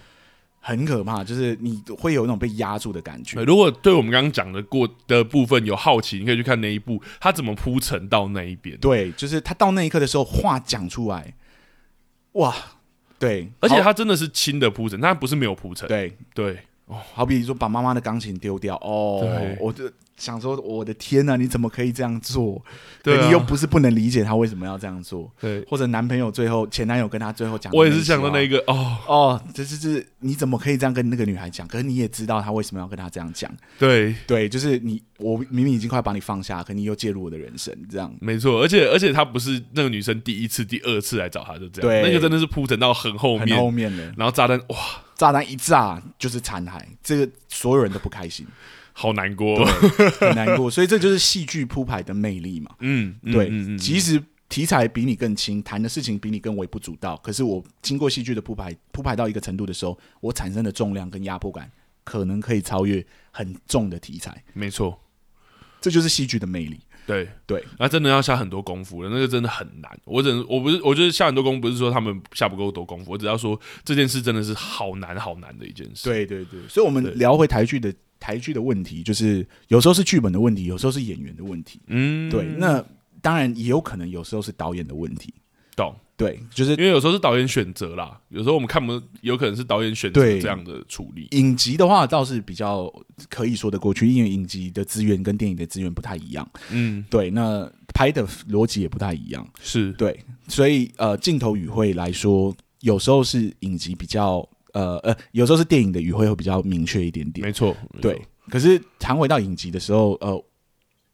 Speaker 1: 很可怕，就是你会有那种被压住的感
Speaker 2: 呃
Speaker 1: 觉。
Speaker 2: 如果对我们刚刚讲的过的部分有好奇，你可以去看那一部，他怎么铺陈到那一边。
Speaker 1: 对，就是他到那一刻的时候，话讲出来，哇，对，
Speaker 2: 而且
Speaker 1: 好
Speaker 2: 他真的是轻的铺陈，他不是没有铺陈。
Speaker 1: 对，
Speaker 2: 对，
Speaker 1: 好比说把妈妈的钢琴丢掉，哦
Speaker 2: 对，
Speaker 1: 我就想说，我的天呐、啊你怎么可以这样做？
Speaker 2: 对啊
Speaker 1: 你又不是不能理解他为什么要这样做，
Speaker 2: 对，
Speaker 1: 或者男朋友最后前男友跟他最后讲的一
Speaker 2: 我
Speaker 1: 句话，
Speaker 2: 也是想到那一个哦，
Speaker 1: 哦，这就是你怎么可以这样跟那个女孩讲？可是你也知道她为什么要跟她这样讲，
Speaker 2: 对，
Speaker 1: 对，就是你，我明明已经快把你放下，可你又介入我的人生，这样
Speaker 2: 没错，而且而且他不是那个女生第一次、第二次来找他，就这样，
Speaker 1: 对
Speaker 2: 那个真的是铺陈到很后
Speaker 1: 很
Speaker 2: 面，
Speaker 1: 后面了。
Speaker 2: 然后炸弹哇，
Speaker 1: 炸弹一炸就是残骸，这个所有人都不开心，
Speaker 2: 好难过。
Speaker 1: 很难 过。所以这就是戏剧铺排的魅力嘛。
Speaker 2: 嗯，嗯
Speaker 1: 对，
Speaker 2: 嗯嗯
Speaker 1: 即使题材比你更轻，谈的事情比你更微不足道，可是我经过戏剧的铺排，铺排到一个程度的时候，我产生的重量跟压迫感，可能可以超越很重的题材，
Speaker 2: 没错，
Speaker 1: 这就是戏剧的魅力。
Speaker 2: 对
Speaker 1: 对，
Speaker 2: 那真的要下很多功夫了，那个真的很难。我只能，我不是，我觉得下很多功夫不是说他们下不够多功夫，我只要说这件事真的是好难好难的一件事。
Speaker 1: 对对对，所以我
Speaker 2: 对
Speaker 1: 们聊回台剧的台剧的问题，就是有时候是剧本的问题，有时候是演员的问题。
Speaker 2: 嗯，
Speaker 1: 对，那当然也有可能有时候是导演的问题。
Speaker 2: 懂，
Speaker 1: 对，就是
Speaker 2: 因为有时候是导演选择啦，有时候我们看不，有可能是导演选择
Speaker 1: 对
Speaker 2: 这样的处理。
Speaker 1: 影集的话倒是比较可以说得过去，因为影集的资源跟电影的资源不太一样。
Speaker 2: 嗯，
Speaker 1: 对，那拍的逻辑也不太一样。
Speaker 2: 是
Speaker 1: 对，所以呃，镜头语汇来说，有时候是影集比较呃呃，有时候是电影的语汇会比较明确一点点。
Speaker 2: 没错，没错
Speaker 1: 对，，可是谈回到影集的时候，呃，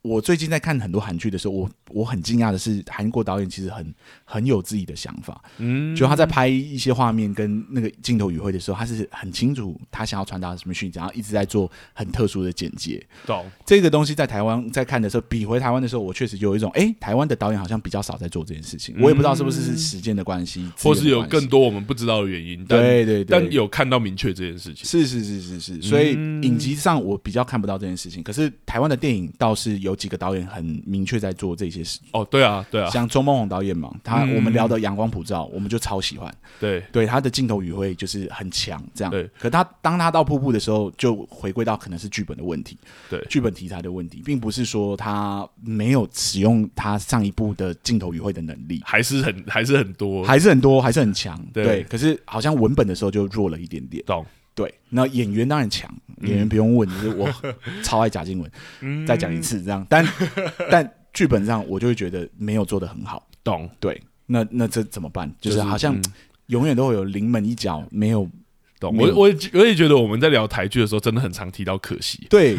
Speaker 1: 我最近在看很多韩剧的时候，我我很惊讶的是，韩国导演其实很很有自己的想法，
Speaker 2: 嗯，
Speaker 1: 就他在拍一些画面跟那个镜头语汇的时候，他是很清楚他想要传达什么讯息，然后一直在做很特殊的简介。
Speaker 2: 懂，
Speaker 1: 这个东西在台湾在看的时候，比回台湾的时候，我确实有一种，诶，台湾的导演好像比较少在做这件事情。我也不知道是不是是时间的关系，
Speaker 2: 嗯或是
Speaker 1: 资源
Speaker 2: 有
Speaker 1: 的关系
Speaker 2: 更多我们不知道的原因，但
Speaker 1: 对对对，
Speaker 2: 但有看到明确这件事情。
Speaker 1: 是是是是是，所以影集上我比较看不到这件事
Speaker 2: 嗯
Speaker 1: 情，可是台湾的电影倒是有几个导演很明确在做这些事，
Speaker 2: 哦，对啊，对啊，
Speaker 1: 像周梦红导演嘛，他
Speaker 2: 嗯
Speaker 1: 我们聊的《阳光普照》，我们就超喜欢，
Speaker 2: 对，
Speaker 1: 对他的镜头语汇就是很强，这样。
Speaker 2: 对，
Speaker 1: 可他当他到瀑布的时候，就回归到可能是剧本的问题，
Speaker 2: 对
Speaker 1: 剧本题材的问题，并不是说他没有使用他上一部的镜头语汇的能力。
Speaker 2: 还是很还是很多，
Speaker 1: 还是很多，还是很强，
Speaker 2: 对
Speaker 1: 对。可是好像文本的时候就弱了一点点。
Speaker 2: 懂，
Speaker 1: 对，那演员当然强，
Speaker 2: 嗯
Speaker 1: 演员不用问，就是 我超爱贾静雯，再讲一次这样，但但剧本上我就会觉得没有做得很好，
Speaker 2: 懂，
Speaker 1: 对，那那这怎么办？就
Speaker 2: 就是是
Speaker 1: 好像
Speaker 2: 嗯
Speaker 1: 永远都会有临门一脚，没有
Speaker 2: 懂。
Speaker 1: 没有
Speaker 2: 我我也我也觉得我们在聊台剧的时候，真的很常提到可惜。
Speaker 1: 对，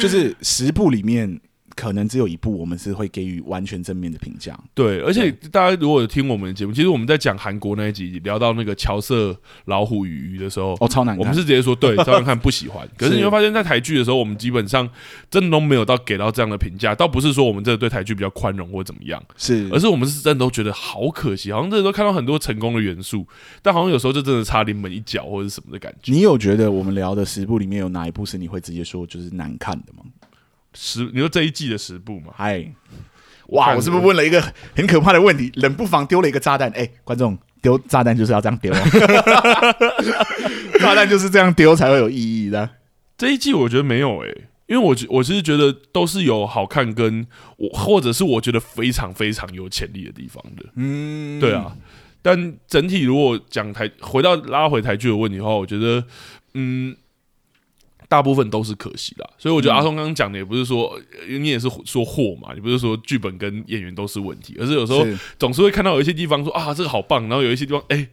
Speaker 1: 就是十部里面可能只有一部我们是会给予完全正面的评价，
Speaker 2: 对，而且大家如果有听我们的节目，其实我们在讲韩国那一集聊到那个乔瑟老虎与鱼的时候，
Speaker 1: 哦，超难
Speaker 2: 我
Speaker 1: 看
Speaker 2: 们，是直接说 对，照样看不喜欢。可是你会发现在台剧的时候，我们基本上真的都没有到给到这样的评价，倒不是说我们真的对台剧比较宽容或怎么样，
Speaker 1: 是
Speaker 2: 而是我们是真的都觉得好可惜，好像真的都看到很多成功的元素，但好像有时候就真的差临门一脚或者什么的感觉。
Speaker 1: 你有觉得我们聊的十部里面有哪一部是你会直接说就是难看的吗？
Speaker 2: 十，你说这一季的十部嘛？
Speaker 1: 嗨，
Speaker 2: 看
Speaker 1: 哇，
Speaker 2: 了
Speaker 1: 我是不是问了一个很可怕的问题？冷不防丢了一个炸弹，哎、观众丢炸弹就是要这样 丢哦，炸弹就是这样丢才会有意义的。
Speaker 2: 这一季我觉得没有诶、欸因为我觉我其实觉得都是有好看跟我，或者是我觉得非常非常有潜力的地方的，
Speaker 1: 嗯
Speaker 2: 对，啊。但整体如果讲台回到拉回台剧的问题的话，我觉得嗯。大部分都是可惜啦，所以我
Speaker 1: 嗯
Speaker 2: 觉得阿松刚刚讲的也不是说、呃你也是说货嘛，你不是说剧本跟演员都是问题，而是有时候
Speaker 1: 是
Speaker 2: 总是会看到有一些地方说啊这个好棒，然后有一些地方哎、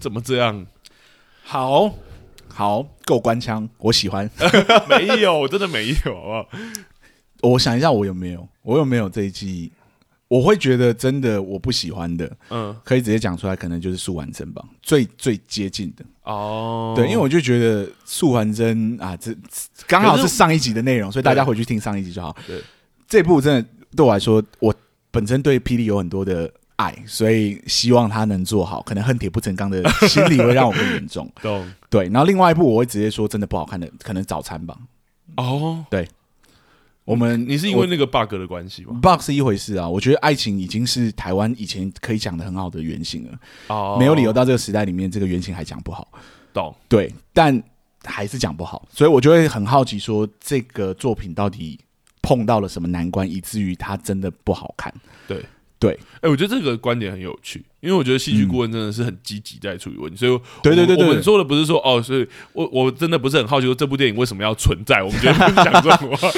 Speaker 2: 怎么这 样？
Speaker 1: 好好够官腔，我喜欢。
Speaker 2: 没有，真的没有，好不好？
Speaker 1: 我想一下，我有没有，我有没有这一季？我会觉得真的我不喜欢的，
Speaker 2: 嗯，
Speaker 1: 可以直接讲出来，可能就是素完真吧，最最接近的。
Speaker 2: 哦，
Speaker 1: 对，因为我就觉得素还真啊，这这刚好
Speaker 2: 可是
Speaker 1: 是上一集的内容，所以大家
Speaker 2: 对
Speaker 1: 回去听上一集就好。
Speaker 2: 对，
Speaker 1: 这部真的对我来说，我本身对霹雳有很多的爱，所以希望他能做好。可能恨铁不成钢的心理会让我更严重。
Speaker 2: 懂
Speaker 1: 对，然后另外一部我会直接说真的不好看的，可能早餐吧。
Speaker 2: 哦。
Speaker 1: 我们
Speaker 2: 你是因为那个 bug 的关系吗？
Speaker 1: bug 是一回事啊，我觉得爱情已经是台湾以前可以讲的很好的原型了，
Speaker 2: 哦，
Speaker 1: 没有理由到这个时代里面，这个原型还讲不好。
Speaker 2: 懂。
Speaker 1: 对，但还是讲不好，所以我就会很好奇说，这个作品到底碰到了什么难关，以至于它真的不好看。
Speaker 2: 哎、我觉得这个观点很有趣，因为我觉得戏剧顾问真的是很积极在处理问题，所以我
Speaker 1: 对对对对
Speaker 2: 我们说的不是说哦，所以我我真的不是很好奇说这部电影为什么要存在，我们绝对不是讲 这种话。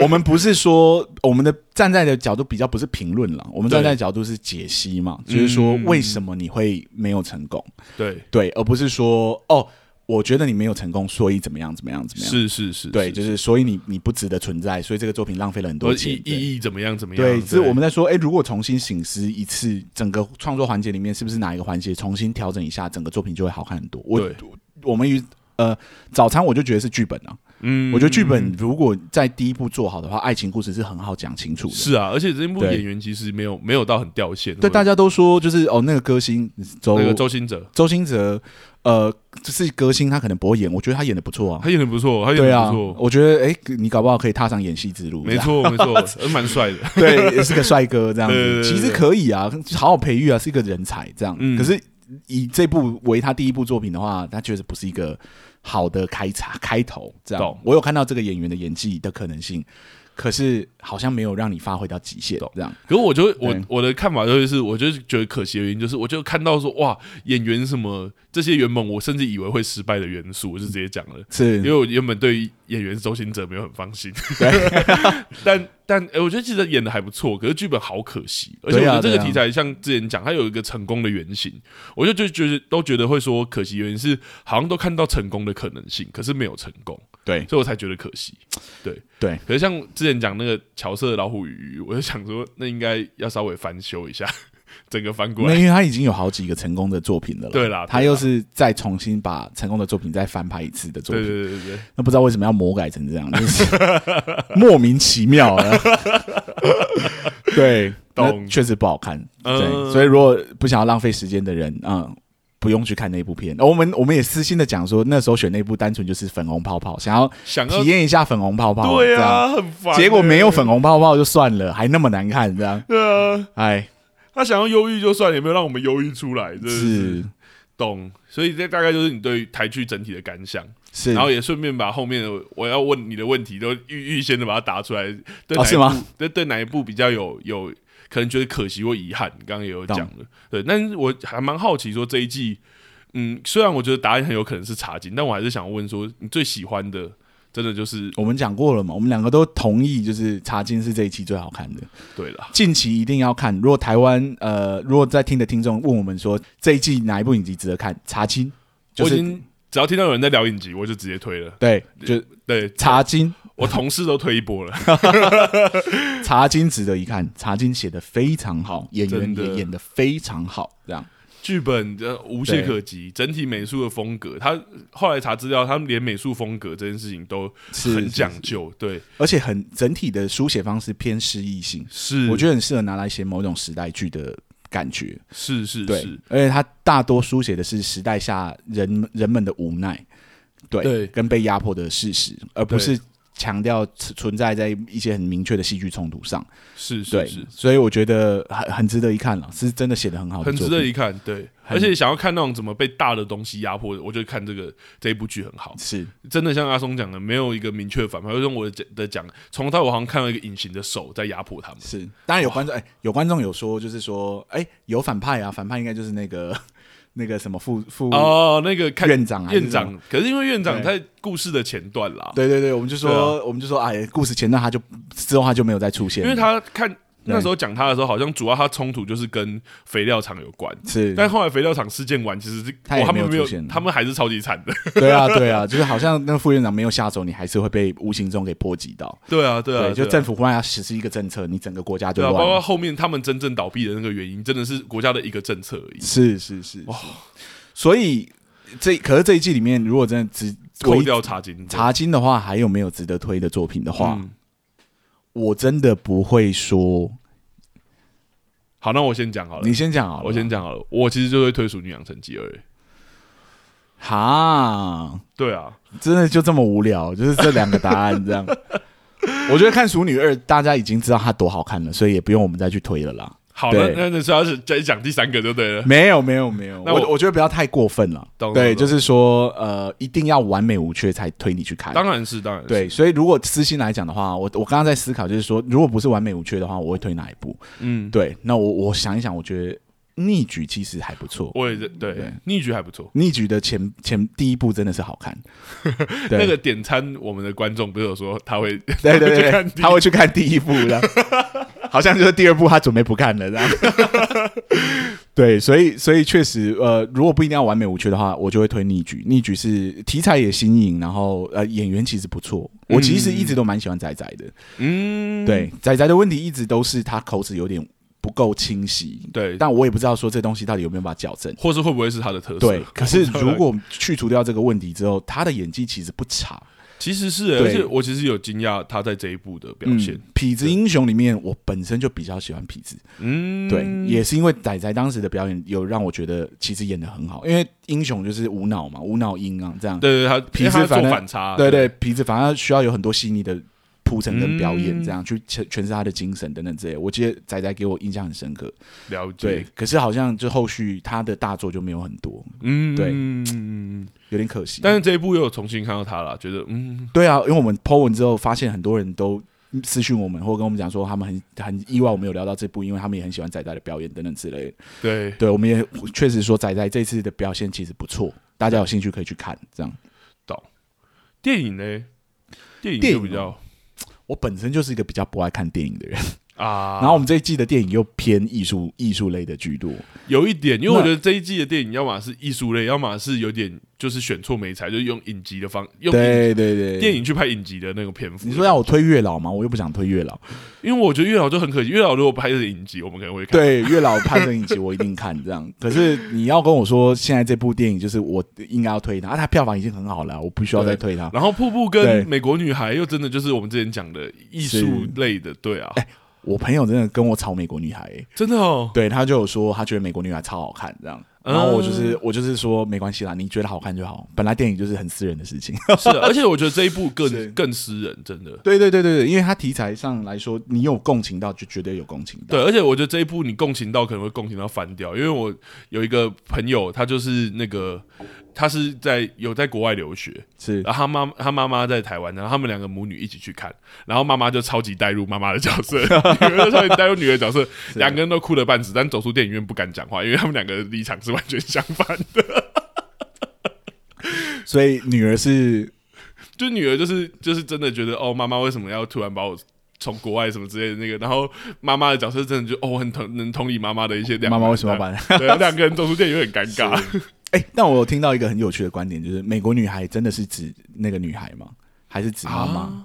Speaker 1: 我们不是说我们的站在的角度比较不是评论了，我们
Speaker 2: 对
Speaker 1: 站在的角度是解析嘛，就是说
Speaker 2: 嗯
Speaker 1: 为什么你会没有成功，
Speaker 2: 对，
Speaker 1: 对，而不是说哦，我觉得你没有成功，所以怎么样怎么样怎么样，
Speaker 2: 是是是，
Speaker 1: 对，
Speaker 2: 是
Speaker 1: 就是所以你你不值得存在，所以这个作品浪费了很多
Speaker 2: 而
Speaker 1: 钱
Speaker 2: 意，
Speaker 1: 对
Speaker 2: 意义怎么样怎么样？
Speaker 1: 对，是我们在说，哎、如果重新醒思一次，整个创作环节里面是不是哪一个环节重新调整一下，整个作品就会好看很多？我
Speaker 2: 对
Speaker 1: 我我们与呃早餐，我就觉得是剧本啊。
Speaker 2: 嗯
Speaker 1: 我觉得剧本如果在第一部做好的话，爱情故事是很好讲清楚的。
Speaker 2: 是啊，而且这部
Speaker 1: 对
Speaker 2: 演员其实没有没有到很掉线，
Speaker 1: 对，大
Speaker 2: 家
Speaker 1: 家都说就是哦，那个歌星周
Speaker 2: 那个周星哲
Speaker 1: 周星哲，呃，是歌星，他可能不会演，我觉得他演的不错啊。
Speaker 2: 他演的不错，他演
Speaker 1: 对
Speaker 2: 的
Speaker 1: 啊
Speaker 2: 不，错，
Speaker 1: 我觉得哎、你搞不好可以踏上演戏之路。
Speaker 2: 没错没 错，蛮帅 的。
Speaker 1: 这样，对，也是个帅哥这样
Speaker 2: 对
Speaker 1: 子，
Speaker 2: 对对对
Speaker 1: 其实可以啊，好好培育啊，是一个人才这样。
Speaker 2: 嗯
Speaker 1: 可是以这部为他第一部作品的话，他确实不是一个好的开场开头这样
Speaker 2: 懂。
Speaker 1: 我有看到这个演员的演技的可能性，可是好像没有让你发挥到极限这样。
Speaker 2: 可是我就我
Speaker 1: 对
Speaker 2: 我的看法就是，我就是觉得可惜的原因就是，我就看到说哇，演员什么这些原本我甚至以为会失败的元素，我就直接讲了。
Speaker 1: 是
Speaker 2: 因为我原本对于演员周星哲没有很放心，
Speaker 1: 对
Speaker 2: 但但、诶我觉得其实演的还不错，可是剧本好可惜，而且我
Speaker 1: 对啊
Speaker 2: 觉得这个
Speaker 1: 对啊
Speaker 2: 题材像之前讲，它有一个成功的原型，我就就觉得都觉得会说可惜，原因是好像都看到成功的可能性，可是没有成功，
Speaker 1: 对
Speaker 2: 所以我才觉得可惜。对
Speaker 1: 对，
Speaker 2: 可是像之前讲那个乔瑟的老虎与鱼，我就想说，那应该要稍微翻修一下， 整个翻过
Speaker 1: 那
Speaker 2: 来。
Speaker 1: 因为他已经有好几个成功的作品了啦，
Speaker 2: 对啦，
Speaker 1: 他
Speaker 2: 对
Speaker 1: 又
Speaker 2: 啦
Speaker 1: 是再重新把成功的作品再翻拍一次的作
Speaker 2: 对
Speaker 1: 品，
Speaker 2: 对对对对，
Speaker 1: 那不知道为什么要魔改成这样，就是 莫名其妙啊。对，那
Speaker 2: 懂
Speaker 1: 确实不好看。对，
Speaker 2: 嗯
Speaker 1: 所以如果不想要浪费时间的人，嗯。不用去看那部片，呃我们我们也私心的讲说，那时候选那部单纯就是粉红泡泡，想要
Speaker 2: 想要
Speaker 1: 体验一下粉红泡泡，这
Speaker 2: 对
Speaker 1: 样，
Speaker 2: 啊，很烦、
Speaker 1: 结果没有粉。红泡泡就算了，还那么难看，这样，
Speaker 2: 对啊，
Speaker 1: 哎，
Speaker 2: 他想要忧郁就算，也没有让我们忧郁出来，真的
Speaker 1: 是
Speaker 2: 懂。所以这大概就是你对于台剧整体的感想，
Speaker 1: 是，
Speaker 2: 然后也顺便把后面的我要问你的问题都预预先的把它答出来。对
Speaker 1: 哦
Speaker 2: 哪一
Speaker 1: 是
Speaker 2: 部
Speaker 1: 吗？
Speaker 2: 对对哪一部比较有有可能觉得可惜或遗憾？你刚刚也有讲了，对。但是我还蛮好奇说这一季，嗯，虽然我觉得答案很有可能是茶金，但我还是想问说你最喜欢的。真的就是
Speaker 1: 我们讲过了嘛，我们两个都同意，就是《茶金》是这一期最好看的，
Speaker 2: 对了，
Speaker 1: 近期一定要看。如果台湾呃，如果在听的听众问我们说这一季哪一部影集值得看，《茶金》就
Speaker 2: 我已
Speaker 1: 是
Speaker 2: 经只要听到有人在聊影集，我就直接推了。
Speaker 1: 对，就《
Speaker 2: 对
Speaker 1: 茶金
Speaker 2: 我同事都推一波了，》，
Speaker 1: 《茶金》值得一看，《茶金》写的非常好，演员
Speaker 2: 真的
Speaker 1: 也演的非常好，这样
Speaker 2: 剧本的无懈可击，整体美术的风格，他后来查资料，他们连美术风格这件事情都
Speaker 1: 是
Speaker 2: 很讲，
Speaker 1: 是
Speaker 2: 究，对，
Speaker 1: 而且很整体的书写方式偏诗意性，
Speaker 2: 是，
Speaker 1: 我觉
Speaker 2: 得
Speaker 1: 得很适合拿来写某种时代剧的感觉。
Speaker 2: 是是
Speaker 1: 对
Speaker 2: 是，，
Speaker 1: 而且他大多书写的是时代下人人们的无奈，对，
Speaker 2: 对
Speaker 1: 跟被压迫的事实，而不
Speaker 2: 对
Speaker 1: 是强调存存在在一些很明确的戏剧冲突上。
Speaker 2: 是是
Speaker 1: 对，
Speaker 2: 是，
Speaker 1: 所以我觉得很很值得一看了，是真的写的很好的
Speaker 2: 很
Speaker 1: 作
Speaker 2: 值
Speaker 1: 品，
Speaker 2: 得一看，对，
Speaker 1: 很
Speaker 2: 而且想要看那种怎么被大的东西压迫的，我就看这个这一部剧很好，
Speaker 1: 是
Speaker 2: 真的像阿松讲的，没有一个明确的反派，就用我的的讲，从头到尾我好像看到一个隐形的手在压迫他们，
Speaker 1: 是。当然有观众哎、有观众有说，就是说哎、有反派啊，反派应该就是那个 那个什么副副、
Speaker 2: 哦，那个看
Speaker 1: 院长还是
Speaker 2: 院
Speaker 1: 什么。
Speaker 2: 长，可是因为院长
Speaker 1: 对
Speaker 2: 在故事的前段啦，
Speaker 1: 对对对，我们就说，
Speaker 2: 对啊
Speaker 1: 我们就说，哎，故事前段他就之后他就没有再出现
Speaker 2: 因
Speaker 1: 了，
Speaker 2: 为他看那时候讲他的时候，好像主要他冲突就是跟肥料厂有关。
Speaker 1: 是，
Speaker 2: 但后来肥料厂事件完，其实是哦
Speaker 1: 他也
Speaker 2: 哇他
Speaker 1: 没有
Speaker 2: 们没有
Speaker 1: 出现，
Speaker 2: 他们还是超级惨的。
Speaker 1: 对啊，对啊，就是好像那个副院长没有下手，你还是会被无形中给波及到。
Speaker 2: 对啊，对啊，
Speaker 1: 就
Speaker 2: 在
Speaker 1: 政府忽然要实施一个政策，你整个国家就
Speaker 2: 对啊，
Speaker 1: 乱
Speaker 2: 包括
Speaker 1: 了。
Speaker 2: 后面他们真正倒闭的那个原因，真的是国家的一个政策而已。
Speaker 1: 是是是，是所以这可是这一季里面，如果真的只
Speaker 2: 扣
Speaker 1: 唯一
Speaker 2: 掉茶金，
Speaker 1: 查金的话，还有没有值得推的作品的话，
Speaker 2: 嗯
Speaker 1: 我真的不会说。
Speaker 2: 好，那我先讲好了
Speaker 1: 你，先讲好了，
Speaker 2: 我先讲好了。我其实就会推属《女养成记二》。
Speaker 1: 哈，
Speaker 2: 对啊，
Speaker 1: 真的就这么无聊，就是这两个答案 这样。我觉得看《熟女二》，大家已经知道它多好看了，所以也不用我们再去推了啦。
Speaker 2: 好
Speaker 1: 对嗯
Speaker 2: 了，那那是要是再讲第三个就对 了。
Speaker 1: 没有没有没有，
Speaker 2: 那
Speaker 1: 我
Speaker 2: 我
Speaker 1: 我觉得不要太过分了
Speaker 2: 懂。
Speaker 1: 对，
Speaker 2: 懂
Speaker 1: 就是说呃，一定要完美无缺才推你去看。
Speaker 2: 当然是，当然是
Speaker 1: 对，，所以如果私心来讲的话，我我刚刚在思考，就是说，如果不是完美无缺的话，我会推哪一部？
Speaker 2: 嗯，
Speaker 1: 对，那我我想一想，我觉得《逆举》其实还不错，《
Speaker 2: 我也是对
Speaker 1: 对
Speaker 2: 逆局还不错。
Speaker 1: 逆举》的前前第一部真的是好 看。对
Speaker 2: 那个点餐，我们的观众不是有说他会
Speaker 1: 对对
Speaker 2: 他会去
Speaker 1: 对对，
Speaker 2: 看第一
Speaker 1: 他会去看第一部的，好像就是第二部他准备不看了这样。 对，所以所以确实，呃，如果不一定要完美无缺的话，我就会推逆局。逆局是题材也新颖，然后呃演员其实不错，我其实一直都蛮喜欢仔仔的。
Speaker 2: 嗯，
Speaker 1: 对，仔仔的问题一直都是他口齿有点不够清晰，
Speaker 2: 对，
Speaker 1: 但我也不知道说这东西到底有没有办法矫正。
Speaker 2: 或是会不会是他的特色？
Speaker 1: 对，可是如果去除掉这个问题之后，他的演技其实不差。
Speaker 2: 其实是、欸，
Speaker 1: 对
Speaker 2: 而且我其实有惊讶他在这一部的表现
Speaker 1: 嗯。，痞子英雄里面，我本身就比较喜欢痞子，
Speaker 2: 嗯，
Speaker 1: 对，也是因为仔仔当时的表演有让我觉得其实演的很好，因为英雄就是无脑嘛，无脑硬啊这样。
Speaker 2: 对啊对，他
Speaker 1: 皮
Speaker 2: 因为他
Speaker 1: 斯反
Speaker 2: 做
Speaker 1: 正
Speaker 2: 反差，
Speaker 1: 对对，痞子反而需要有很多细腻的铺陈跟表演，
Speaker 2: 嗯
Speaker 1: 这样去诠诠释他的精神等等之类的。我记得仔仔给我印象很深
Speaker 2: 嗯
Speaker 1: 刻，
Speaker 2: 了解，
Speaker 1: 对。可是好像就后续他的大作就没有很多，
Speaker 2: 嗯，
Speaker 1: 对
Speaker 2: 嗯。
Speaker 1: 有点可惜。
Speaker 2: 但是这一部又有重新看到他了，觉得嗯，
Speaker 1: 对啊，因为我们 Po 文之后，发现很多人都私讯我们，或跟我们讲说他们很很意外我们有聊到这部，因为他们也很喜欢仔仔的表演等等之类的。
Speaker 2: 对，
Speaker 1: 对，我们也确实说仔仔这次的表现其实不错，大家有兴趣可以去看。这样，
Speaker 2: 电影呢，电影
Speaker 1: 电
Speaker 2: 就
Speaker 1: 影哦
Speaker 2: 比较
Speaker 1: 我本身就是一个比较不爱看电影的人，
Speaker 2: 啊，
Speaker 1: 然后我们这一季的电影又偏艺术艺术类的居多。
Speaker 2: 有一点，因为我
Speaker 1: 那
Speaker 2: 觉得这一季的电影要么是艺术类，要么是有点就是选错美材，就是用影集的方用影
Speaker 1: 对对对，
Speaker 2: 电影去拍影集的那个篇幅。
Speaker 1: 你说让我推月老吗？我又不想推月老。
Speaker 2: 因为我觉得月老就很可惜，月老如果拍的影集，我们可能会看。
Speaker 1: 对，月老拍摄影集我一定看这样。可是你要跟我说，现在这部电影就是我应该要推它，啊它票房已经很好了，我不需要再推它。
Speaker 2: 然后瀑布
Speaker 1: 对
Speaker 2: 跟美国女孩又真的就是我们之前讲的艺术类的，对
Speaker 1: 哎
Speaker 2: 啊，
Speaker 1: 我朋友真的跟我吵美国女孩、欸
Speaker 2: 真的哦，
Speaker 1: 对他就有说他觉得美国女孩超好看这样。然后我就是、
Speaker 2: 嗯
Speaker 1: 我就是说没关系啦，你觉得好看就好。本来电影就是很私人的事情。
Speaker 2: 是啊，而且我觉得这一部
Speaker 1: 是
Speaker 2: 更更私人，真的。
Speaker 1: 对对对对对，因为它题材上来说，你有共情到就绝对有共情到。
Speaker 2: 对，而且我觉得这一部你共情到可能会共情到翻掉，因为我有一个朋友，他就是那个，他是在有在国外留学，
Speaker 1: 是
Speaker 2: 然后他妈他妈妈在台湾，然后他们两个母女一起去看，然后妈妈就超级带入妈妈的角色，女儿就超级带入女儿的角色，
Speaker 1: 啊
Speaker 2: 两个人都哭了半死，但走出电影院不敢讲话，因为他们两个的立场是完全相反的，
Speaker 1: 所以女儿是
Speaker 2: 就女儿就是就是真的觉得哦，妈妈为什么要突然把我。从国外什么之类的那个，然后妈妈的角色真的就哦，我很同能同理妈妈的一些两
Speaker 1: 妈妈为什么要
Speaker 2: 把
Speaker 1: 把？
Speaker 2: 对两个人走出电影院很尴尬，
Speaker 1: 哎、但我有听到一个很有趣的观点，就是美国女孩真的是指那个女孩吗？还是指妈妈？
Speaker 2: 啊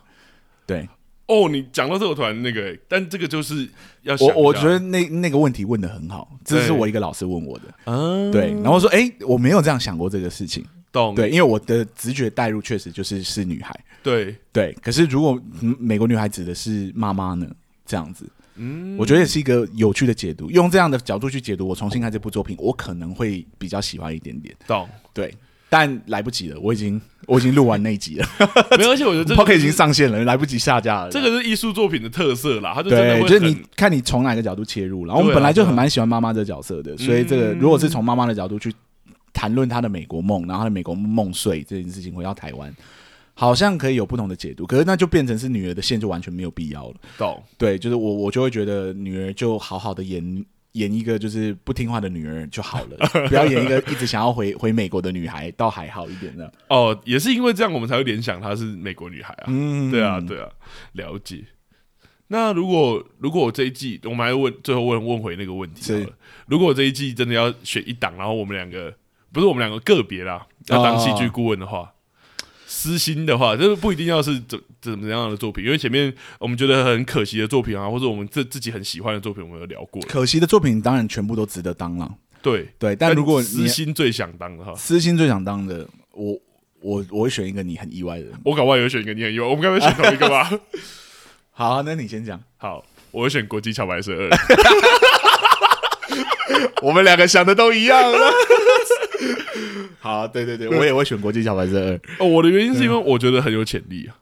Speaker 1: 对
Speaker 2: 哦，你讲到这个团那个、欸但这个就是要想
Speaker 1: 我，我
Speaker 2: 一下
Speaker 1: 觉得那那个问题问的很好，这是我一个老师问我的。
Speaker 2: 啊，
Speaker 1: 对，然后我说，哎、我没有这样想过这个事情。
Speaker 2: 懂，
Speaker 1: 对，因为我的直觉带入确实就是是女孩。
Speaker 2: 对，
Speaker 1: 对，可是如果、嗯美国女孩指的是妈妈呢？这样子，
Speaker 2: 嗯，
Speaker 1: 我觉得也是一个有趣的解读。用这样的角度去解读，我重新看这部作品，我可能会比较喜欢一点点。
Speaker 2: 懂。
Speaker 1: 对，但来不及了，我已经我已经录完那一集了。
Speaker 2: 没有，而且我觉得 这
Speaker 1: p o c k
Speaker 2: 个
Speaker 1: e t 已经上线了，来不及下架了。
Speaker 2: 这个是艺术作品的特色啦，它就真的
Speaker 1: 对，
Speaker 2: 会
Speaker 1: 就是
Speaker 2: 很
Speaker 1: 你看你从哪个角度切入然后我
Speaker 2: 对
Speaker 1: 们
Speaker 2: 啊
Speaker 1: 本来就很蛮喜欢妈妈这个角色的，所以这个
Speaker 2: 嗯
Speaker 1: 如果是从妈妈的角度去谈论她的美国梦，然后她的美国梦碎这件事情回到台湾，好像可以有不同的解读。可是那就变成是女儿的线就完全没有必要了。
Speaker 2: 懂，
Speaker 1: 对，就是我我就会觉得女儿就好好的演。 演一个就是不听话的女儿就好了，不要演一个一直想要回回美国的女孩，倒还好一点的。
Speaker 2: 哦，也是因为这样，我们才会联想她是美国女孩啊。
Speaker 1: 嗯
Speaker 2: 对啊，对啊，了解。那如果如果我这一季，我们还问最后问问回那个问题好了
Speaker 1: 是
Speaker 2: 如果我这一季真的要选一档，然后我们两个不是我们两个个别
Speaker 1: 啊
Speaker 2: 啦，要当戏剧顾问的话，私心的话，就是不一定要是怎怎么样的作品，因为前面我们觉得很可惜的作品啊，或者我们自自己很喜欢的作品，我们有聊过了。
Speaker 1: 可惜的作品当然全部都值得当了，
Speaker 2: 对，
Speaker 1: 对。但如果
Speaker 2: 私
Speaker 1: 你
Speaker 2: 心最想当的话，
Speaker 1: 私心最想当的，我我我会选一个你很意外的人。
Speaker 2: 我搞不好有选一个你很意外，我们刚才选同一个吧？
Speaker 1: 好、那你先讲。
Speaker 2: 好，我会选国际桥牌社二。
Speaker 1: 我们两个想的都一样了。好，对对对，我也会选国际小白车二。
Speaker 2: 哦，我的原因是因为我觉得很有潜力啊。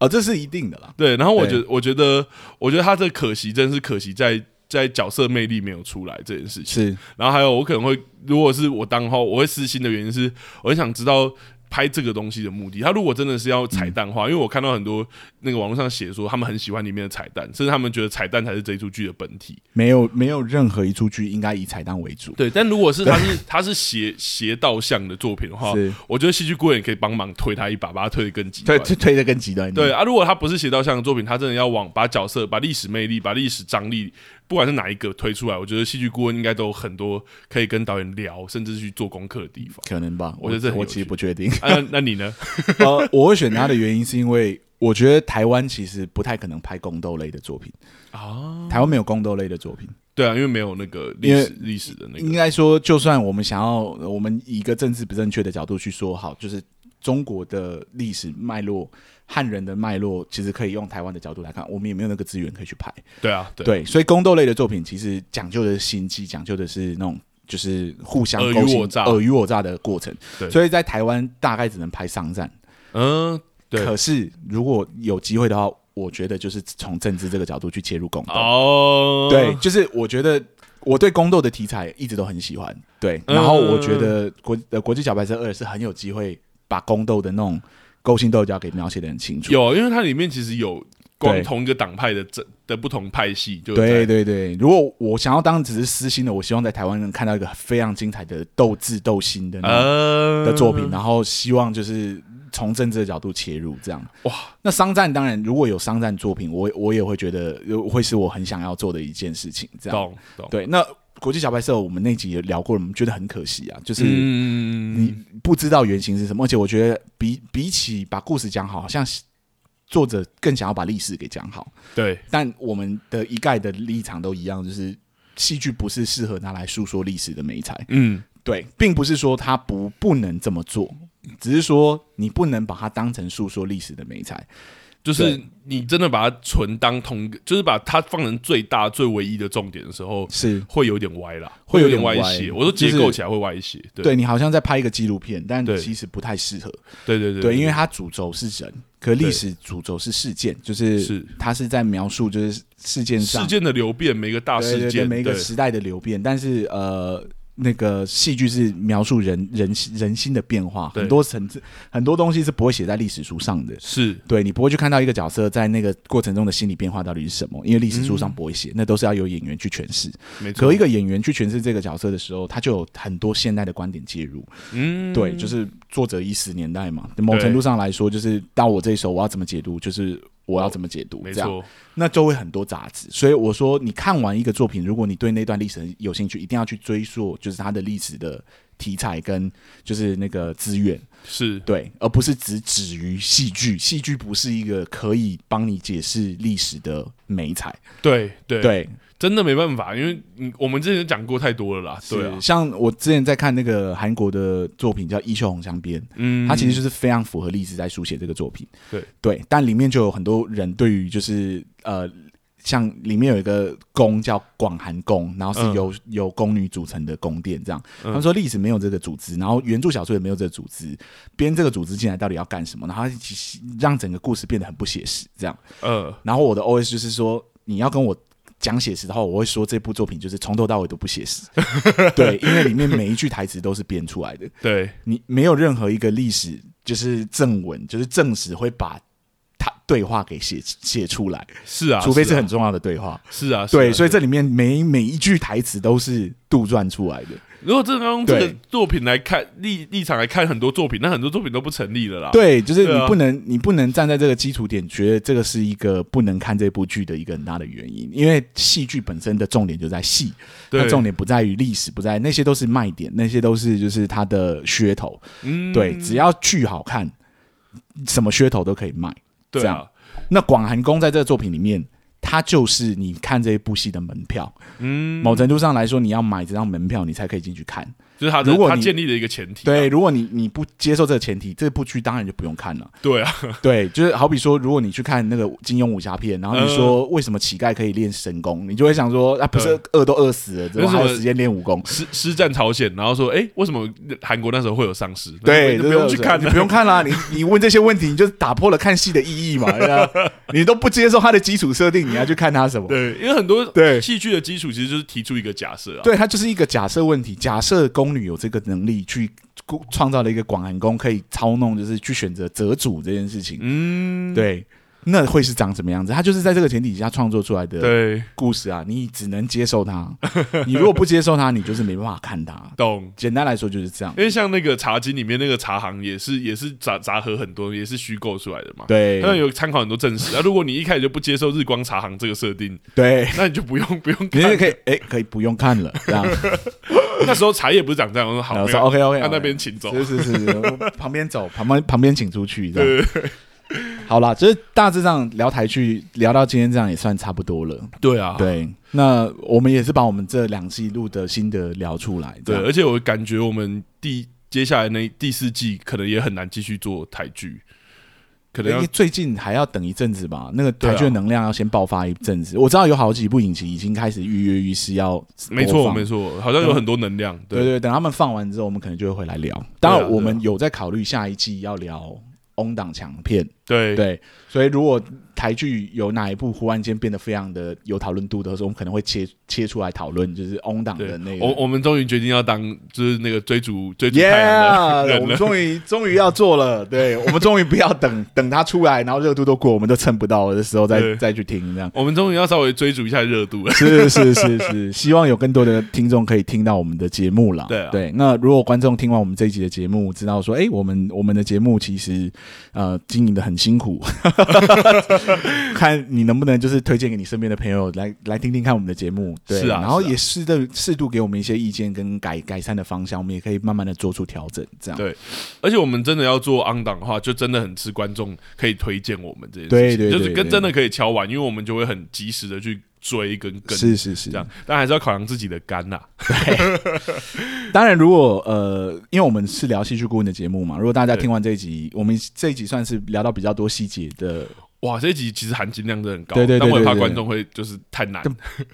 Speaker 1: 哦，这是一定的啦。
Speaker 2: 对，然后我觉
Speaker 1: 对
Speaker 2: 得，我觉得，我觉得他的可惜真是可惜在在角色魅力没有出来这件事情。
Speaker 1: 是，
Speaker 2: 然后还有，我可能会，如果是我当后，我会私心的原因是，我很想知道拍这个东西的目的。他如果真的是要彩蛋
Speaker 1: 嗯
Speaker 2: 化，因为我看到很多那个网络上写说，他们很喜欢里面的彩蛋，甚至他们觉得彩蛋才是这一出剧的本体。
Speaker 1: 没有没有任何一出剧应该以彩蛋为主。
Speaker 2: 对，但如果是他是 他是邪邪道向的作品的话
Speaker 1: 是，
Speaker 2: 我觉得戏剧顾问也可以帮忙推他一把，把他推得更极端
Speaker 1: 推。推推的更极端一点。
Speaker 2: 对啊，如果他不是邪道向的作品，他真的要往把角色、把历史魅力、把历史张力，不管是哪一个推出来，我觉得戏剧顾问应该都有很多可以跟导演聊，甚至去做功课的地方。
Speaker 1: 可能吧，
Speaker 2: 我觉得这很
Speaker 1: 我
Speaker 2: 有
Speaker 1: 其实
Speaker 2: 趣
Speaker 1: 不确定。哦
Speaker 2: 啊，那那你呢？
Speaker 1: 呃，我会选他的原因是因为我觉得台湾其实不太可能拍宫斗类的作品，
Speaker 2: 啊，
Speaker 1: 台湾没有宫斗类的作品。
Speaker 2: 对啊，因为没有那个历史历史的那
Speaker 1: 应
Speaker 2: 个，
Speaker 1: 该说，就算我们想要，呃我们以一个政治不正确的角度去说，好，就是中国的历史脉络、汉人的脉络，其实可以用台湾的角度来看，我们也没有那个资源可以去拍。
Speaker 2: 对啊，对，
Speaker 1: 对，所以宫斗类的作品其实讲究的是心机，讲究的是那种就是互相
Speaker 2: 尔虞
Speaker 1: 勾心
Speaker 2: 我诈
Speaker 1: 尔虞我诈的过程。
Speaker 2: 对
Speaker 1: 所以在台湾大概只能拍商战。
Speaker 2: 嗯，对
Speaker 1: 可是如果有机会的话，我觉得就是从政治这个角度去切入宫斗。
Speaker 2: 哦，
Speaker 1: 对，就是我觉得我对宫斗的题材一直都很喜欢。对，
Speaker 2: 嗯
Speaker 1: 然后我觉得国呃国际小白车二是很有机会把宫斗的那种勾心斗角给描写的很清楚。
Speaker 2: 有，因为它里面其实有光
Speaker 1: 对
Speaker 2: 同一个党派的这的不同派系，就
Speaker 1: 对
Speaker 2: 在
Speaker 1: 对对，如果我想要当只是私心的，我希望在台湾能看到一个非常精彩的斗智斗心的那种
Speaker 2: 呃
Speaker 1: 的作品，然后希望就是从政治的角度切入这样。
Speaker 2: 哇，
Speaker 1: 那商战当然，如果有商战作品，我我也会觉得呃会是我很想要做的一件事情。这样
Speaker 2: 懂懂，
Speaker 1: 对，那国际小白社我们那集也聊过了，我们觉得很可惜啊，就是。
Speaker 2: 嗯，
Speaker 1: 你不知道原型是什么，而且我觉得比比起把故事讲好，好像作者更想要把历史给讲好。
Speaker 2: 对
Speaker 1: 但我们的一概的立场都一样，就是戏剧不是适合拿来诉说历史的美材。
Speaker 2: 嗯
Speaker 1: 对，并不是说它不不能这么做，只是说你不能把它当成诉说历史的美材。
Speaker 2: 就是你真的把它纯当同一个，就是把它放成最大最唯一的重点的时候，
Speaker 1: 是
Speaker 2: 会有点歪啦，
Speaker 1: 会有
Speaker 2: 有
Speaker 1: 点
Speaker 2: 歪
Speaker 1: 歪
Speaker 2: 斜。我说结
Speaker 1: 就是
Speaker 2: 构起来会歪斜，对
Speaker 1: 对你好像在拍一个纪录片，但
Speaker 2: 对
Speaker 1: 其实不太适合。
Speaker 2: 对对对
Speaker 1: 对，因为它主轴是人，可历史主轴是事件，就是
Speaker 2: 是
Speaker 1: 它是在描述就是事件上
Speaker 2: 事件的流变，每个大
Speaker 1: 对对
Speaker 2: 事
Speaker 1: 对
Speaker 2: 件，
Speaker 1: 每一个
Speaker 2: 对
Speaker 1: 时代的流变，但是呃。那个戏剧是描述人人人心的变化，
Speaker 2: 对
Speaker 1: 很多层次，很多东西是不会写在历史书上的。
Speaker 2: 是
Speaker 1: 对你不会去看到一个角色在那个过程中的心理变化到底是什么，因为历史书上不会写，那都是要由演员去诠释。
Speaker 2: 嗯没错
Speaker 1: 可一，个演员去诠释这个角色的时候，他就有很多现代的观点介入。
Speaker 2: 嗯，
Speaker 1: 对，就是作者一十年代嘛，某程度上来说，就是到我这一手，我要怎么解读，就是我要怎么解读，
Speaker 2: 没
Speaker 1: 这样
Speaker 2: 错，
Speaker 1: 那就会很多杂质。所以我说，你看完一个作品，如果你对那段历史很有兴趣，一定要去追溯，就是它的历史的题材跟就是那个资源。
Speaker 2: 是
Speaker 1: 对，而不是只止于戏剧。戏剧不是一个可以帮你解释历史的美彩。
Speaker 2: 对对，
Speaker 1: 对，
Speaker 2: 真的没办法，因为你我们之前讲过太多了啦，对啊
Speaker 1: 是，像我之前在看那个韩国的作品叫《衣袖红镶边》，
Speaker 2: 嗯，
Speaker 1: 它其实就是非常符合历史在书写这个作品。
Speaker 2: 对
Speaker 1: 对，但里面就有很多人对于就是呃。像里面有一个宫叫广寒宫，然后是
Speaker 2: 嗯
Speaker 1: 由、由宫女组成的宫殿，这样。
Speaker 2: 嗯
Speaker 1: 他们说历史没有这个组织，然后原著小说也没有这个组织，编这个组织进来到底要干什么？然后它其实让整个故事变得很不写实，这样。
Speaker 2: 呃，
Speaker 1: 然后我的 OS 就是说，你要跟我讲写实的话，我会说这部作品就是从头到尾都不写 实。对，因为里面每一句台词都是编出来的，
Speaker 2: 对
Speaker 1: 你没有任何一个历史就是正文，就是正史会把他对话给写写出来，
Speaker 2: 是啊，
Speaker 1: 除非
Speaker 2: 啊
Speaker 1: 是很重要的对话。
Speaker 2: 是啊，
Speaker 1: 对，
Speaker 2: 是啊
Speaker 1: 所以这里面每每一句台词都是杜撰出来的。
Speaker 2: 如果真的要用这个
Speaker 1: 对
Speaker 2: 作品来看立立场来看很多作品，那很多作品都不成立了啦。
Speaker 1: 对，就是
Speaker 2: 对啊
Speaker 1: 你不能，你不能站在这个基础点，觉得这个是一个不能看这部剧的一个很大的原因，因为戏剧本身的重点就在戏，
Speaker 2: 对
Speaker 1: 它重点不在于历史，不在那些都是卖点，那些都是就是它的噱头。
Speaker 2: 嗯，
Speaker 1: 对，只要剧好看，什么噱头都可以卖。
Speaker 2: 对
Speaker 1: 这
Speaker 2: 啊
Speaker 1: 样，那广寒宫在这个作品里面。它就是你看这一部戏的门票，
Speaker 2: 嗯，
Speaker 1: 某程度上来说，你要买这张门票，你才可以进去看。
Speaker 2: 就是他的
Speaker 1: 如果
Speaker 2: 他
Speaker 1: 你
Speaker 2: 建立的一个前提啊，
Speaker 1: 对，如果你你不接受这个前提，这部剧当然就不用看 了。
Speaker 2: 对啊，
Speaker 1: 对，就是好比说，如果你去看那个金庸武侠片，然后你
Speaker 2: 嗯
Speaker 1: 说为什么乞丐可以练神功，你就会想说，啊，不是饿都饿死了，怎么还有时间练武功？
Speaker 2: 师师战朝鲜，然后说，哎，为什么韩国那时候会有丧尸？
Speaker 1: 对，就
Speaker 2: 那不
Speaker 1: 是
Speaker 2: 用去看啊
Speaker 1: 你
Speaker 2: 了，
Speaker 1: 不用看啦，你你问这些问题，你就打破了看戏的意义嘛，对啊你都不接受它的基础设定，你要去看它什么？
Speaker 2: 对，因为很多
Speaker 1: 对
Speaker 2: 戏剧的基础其实就是提出一个假设啊，
Speaker 1: 对，它就是一个假设问题。假设宫女有这个能力去创造了一个广寒宫，可以操弄，就是去选择择主这件事情，
Speaker 2: 嗯，
Speaker 1: 对，那会是长什么样子？它就是在这个前提下创作出来的
Speaker 2: 对，
Speaker 1: 故事啊，你只能接受它。你如果不接受它，你就是没办法看它。
Speaker 2: 懂。
Speaker 1: 简单来说就是这样。
Speaker 2: 因为像那个茶经里面那个茶行也是也是杂杂合很多，也是虚构出来的嘛。
Speaker 1: 对
Speaker 2: 那有参考很多正史。那如果你一开始就不接受日光茶行这个设定，
Speaker 1: 对，
Speaker 2: 那你就不用不用
Speaker 1: 你
Speaker 2: 看
Speaker 1: 也。可以，哎，可以不用看了，这样。
Speaker 2: 那时候茶叶不是长这样，我说好，
Speaker 1: 然后
Speaker 2: 没
Speaker 1: 说
Speaker 2: 有
Speaker 1: OK OK，
Speaker 2: 那那边请走。
Speaker 1: 是是是，旁边走，旁边旁边请出去这样。好啦，就是大致上聊台剧，聊到今天这样也算差不多了。
Speaker 2: 对啊，
Speaker 1: 对，那我们也是把我们这两季录的心得聊出来。这
Speaker 2: 对，
Speaker 1: 样
Speaker 2: 而且我感觉我们第接下来那第四季可能也很难继续做台剧，可能
Speaker 1: 因
Speaker 2: 要
Speaker 1: 为最近还要等一阵子吧，那个
Speaker 2: 对啊
Speaker 1: 台剧的能量要先爆发一阵子。我知道有好几部影集已经开始预约于是要
Speaker 2: 没
Speaker 1: 播
Speaker 2: 错
Speaker 1: 放
Speaker 2: 没错，好像有很多能量。
Speaker 1: 对
Speaker 2: 对
Speaker 1: 对，等他们放完之后，我们可能就会回来聊。当然，
Speaker 2: 对啊
Speaker 1: 我们有在考虑下一季要聊 on 档强片，
Speaker 2: 对
Speaker 1: 对，所以如果台剧有哪一部忽然间变得非常的有讨论度的时候，我们可能会切切出来讨论，就是 on 档的那
Speaker 2: 对，
Speaker 1: 个。
Speaker 2: 我我们终于决定要当就是那个追逐追逐太
Speaker 1: Yeah，
Speaker 2: 阳的人
Speaker 1: 我们
Speaker 2: 了。
Speaker 1: 终于终于要做了，对我们终于不要等 等它出来，然后热度都过，我们都蹭不到的时候再
Speaker 2: 对
Speaker 1: 再去听这样。
Speaker 2: 我们终于要稍微追逐一下热度了。
Speaker 1: 是是是是， 希望有更多的听众可以听到我们的节目啦。
Speaker 2: 对啊
Speaker 1: 那如果观众听完我们这一集的节目，知道说，哎、我们我们的节目其实呃经营的很辛苦， 看你能不能就是推荐给你身边的朋友来来听听看我们的节目。对，
Speaker 2: 是啊
Speaker 1: 然后
Speaker 2: 是啊
Speaker 1: 也适度适度给我们一些意见跟改改善的方向，我们也可以慢慢的做出调整。这样
Speaker 2: 对而且我们真的要做 on 档的话，就真的很吃观众可以推荐我们这件事情，
Speaker 1: 对对对
Speaker 2: 就是跟
Speaker 1: 对
Speaker 2: 真的可以敲完，因为我们就会很及时的去追跟跟
Speaker 1: 是是是
Speaker 2: 这，样，但还是要考量自己的肝啊呐、
Speaker 1: 当然，如果呃，因为我们是聊戏剧顾问的节目嘛，如果大家
Speaker 2: 对
Speaker 1: 听完这一集，我们这一集算是聊到比较多细节的
Speaker 2: 哇，这一集其实含金量真的很高，
Speaker 1: 对对对
Speaker 2: 但我也
Speaker 1: 对
Speaker 2: 怕
Speaker 1: 对
Speaker 2: 观众会就是太难。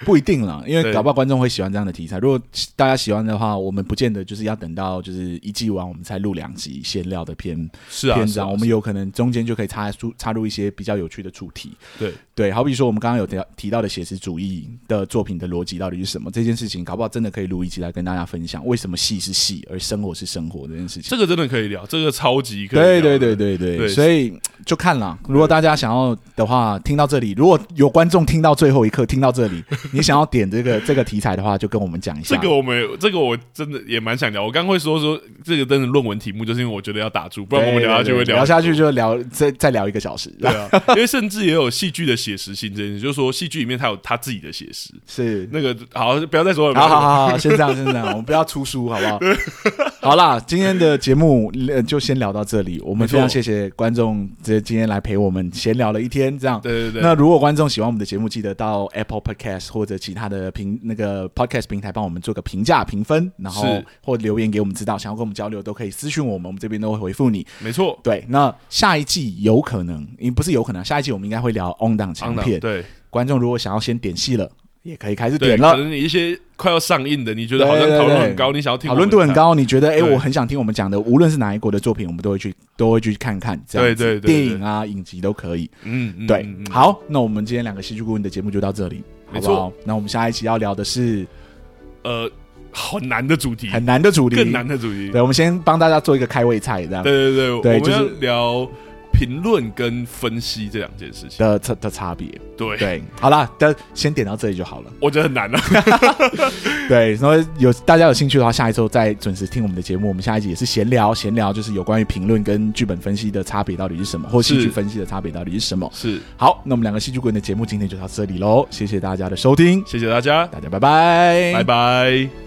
Speaker 1: 不一定啦，因为
Speaker 2: 对
Speaker 1: 搞不好观众会喜欢这样的题材。如果大家喜欢的话，我们不见得就是要等到就是一季完我们才录两集闲聊的篇
Speaker 2: 是啊，
Speaker 1: 篇
Speaker 2: 是啊
Speaker 1: 章，我们有可能中间就可以插入插入一些比较有趣的主题。
Speaker 2: 对
Speaker 1: 对，好比说我们刚刚有提到提到的写实主义的作品的逻辑到底是什么这件事情，搞不好真的可以录一集来跟大家分享，为什么戏是戏，而生活是生活这件事情。
Speaker 2: 这个真的可以聊，这个超级可以
Speaker 1: 对
Speaker 2: 聊
Speaker 1: 对
Speaker 2: 的。
Speaker 1: 对对对，
Speaker 2: 对
Speaker 1: 所以就看啦。如果大家想要的话，听到这里，如果有观众听到最后一刻，听到这里，你想要点这个这个题材的话，就跟我们讲一
Speaker 2: 这
Speaker 1: 下。
Speaker 2: 个我们这个我真的也蛮想聊。我刚会说说这个真的论文题目，就是因为我觉得要打住，不然我们聊下去
Speaker 1: 对
Speaker 2: 会
Speaker 1: 对对聊下去
Speaker 2: 很多。
Speaker 1: 就聊再再聊一个小时。
Speaker 2: 对啊， 因为甚至也有戏剧的写实性这件事，就是说戏剧里面它有它自己的写实。
Speaker 1: 是，
Speaker 2: 那个好，不要再说了。
Speaker 1: 好好好好，先这样先这样，我们不要出书好不 好？好啦，今天的节目呃就先聊到这里。我们
Speaker 2: 没错
Speaker 1: 非常谢谢观众这今天来陪我们闲聊了一天，这样。
Speaker 2: 对对对，
Speaker 1: 那如果观众喜欢我们的节目，记得到 Apple Podcast 或者其他的平那个 Podcast 平台帮我们做个评价、评分，然后
Speaker 2: 是
Speaker 1: 或留言给我们知道，想要跟我们交流都可以私讯我们，我们这边都会回复你。
Speaker 2: 没错，
Speaker 1: 对，那下一季有可能，因不是有可能，下一季我们应该会聊 On 档强
Speaker 2: 昂
Speaker 1: 片。
Speaker 2: 对
Speaker 1: 观众如果想要先点戏了，也可以开始
Speaker 2: 对，
Speaker 1: 点
Speaker 2: 可
Speaker 1: 了。
Speaker 2: 能一些快要上映的，你觉得好像
Speaker 1: 对对
Speaker 2: 讨论
Speaker 1: 对
Speaker 2: 很高，你想要听
Speaker 1: 讨论度很
Speaker 2: 我们
Speaker 1: 高，你觉得哎，
Speaker 2: 对
Speaker 1: 我很想听我们讲的，无论是哪一国的作品，我们都会去都会去看看，这样子
Speaker 2: 对对对对
Speaker 1: 电影啊、影集都可以。
Speaker 2: 讲，嗯，嗯
Speaker 1: 对
Speaker 2: 嗯，嗯
Speaker 1: 好，那我们今天两个戏剧顾问的节目就到这里，好
Speaker 2: 没
Speaker 1: 不
Speaker 2: 错
Speaker 1: 好？那我们下一期要聊的是
Speaker 2: 呃，很难的主题，
Speaker 1: 很难的主题，
Speaker 2: 更难。的主题。
Speaker 1: 对，我们先帮大家做一个开胃菜，这样
Speaker 2: 对对
Speaker 1: 对
Speaker 2: 对，我们
Speaker 1: 就是
Speaker 2: 要聊评论跟分析这两件事情。
Speaker 1: 的差的差别。
Speaker 2: 对，
Speaker 1: 对，好啦，但先点到这里就好了。
Speaker 2: 我觉得很难啊。
Speaker 1: 对，然后有大家有兴趣的话，下一周再准时听我们的节目。我们下一集也是闲聊，闲聊就是有关于评论跟剧本分析的差别到底是什么，或戏剧
Speaker 2: 是
Speaker 1: 分析的差别到底是什么。
Speaker 2: 是，
Speaker 1: 好，那我们两个戏剧顾问的节目今天就到这里喽，谢谢大家的收听，
Speaker 2: 谢谢大家，
Speaker 1: 大家拜拜，
Speaker 2: 拜拜。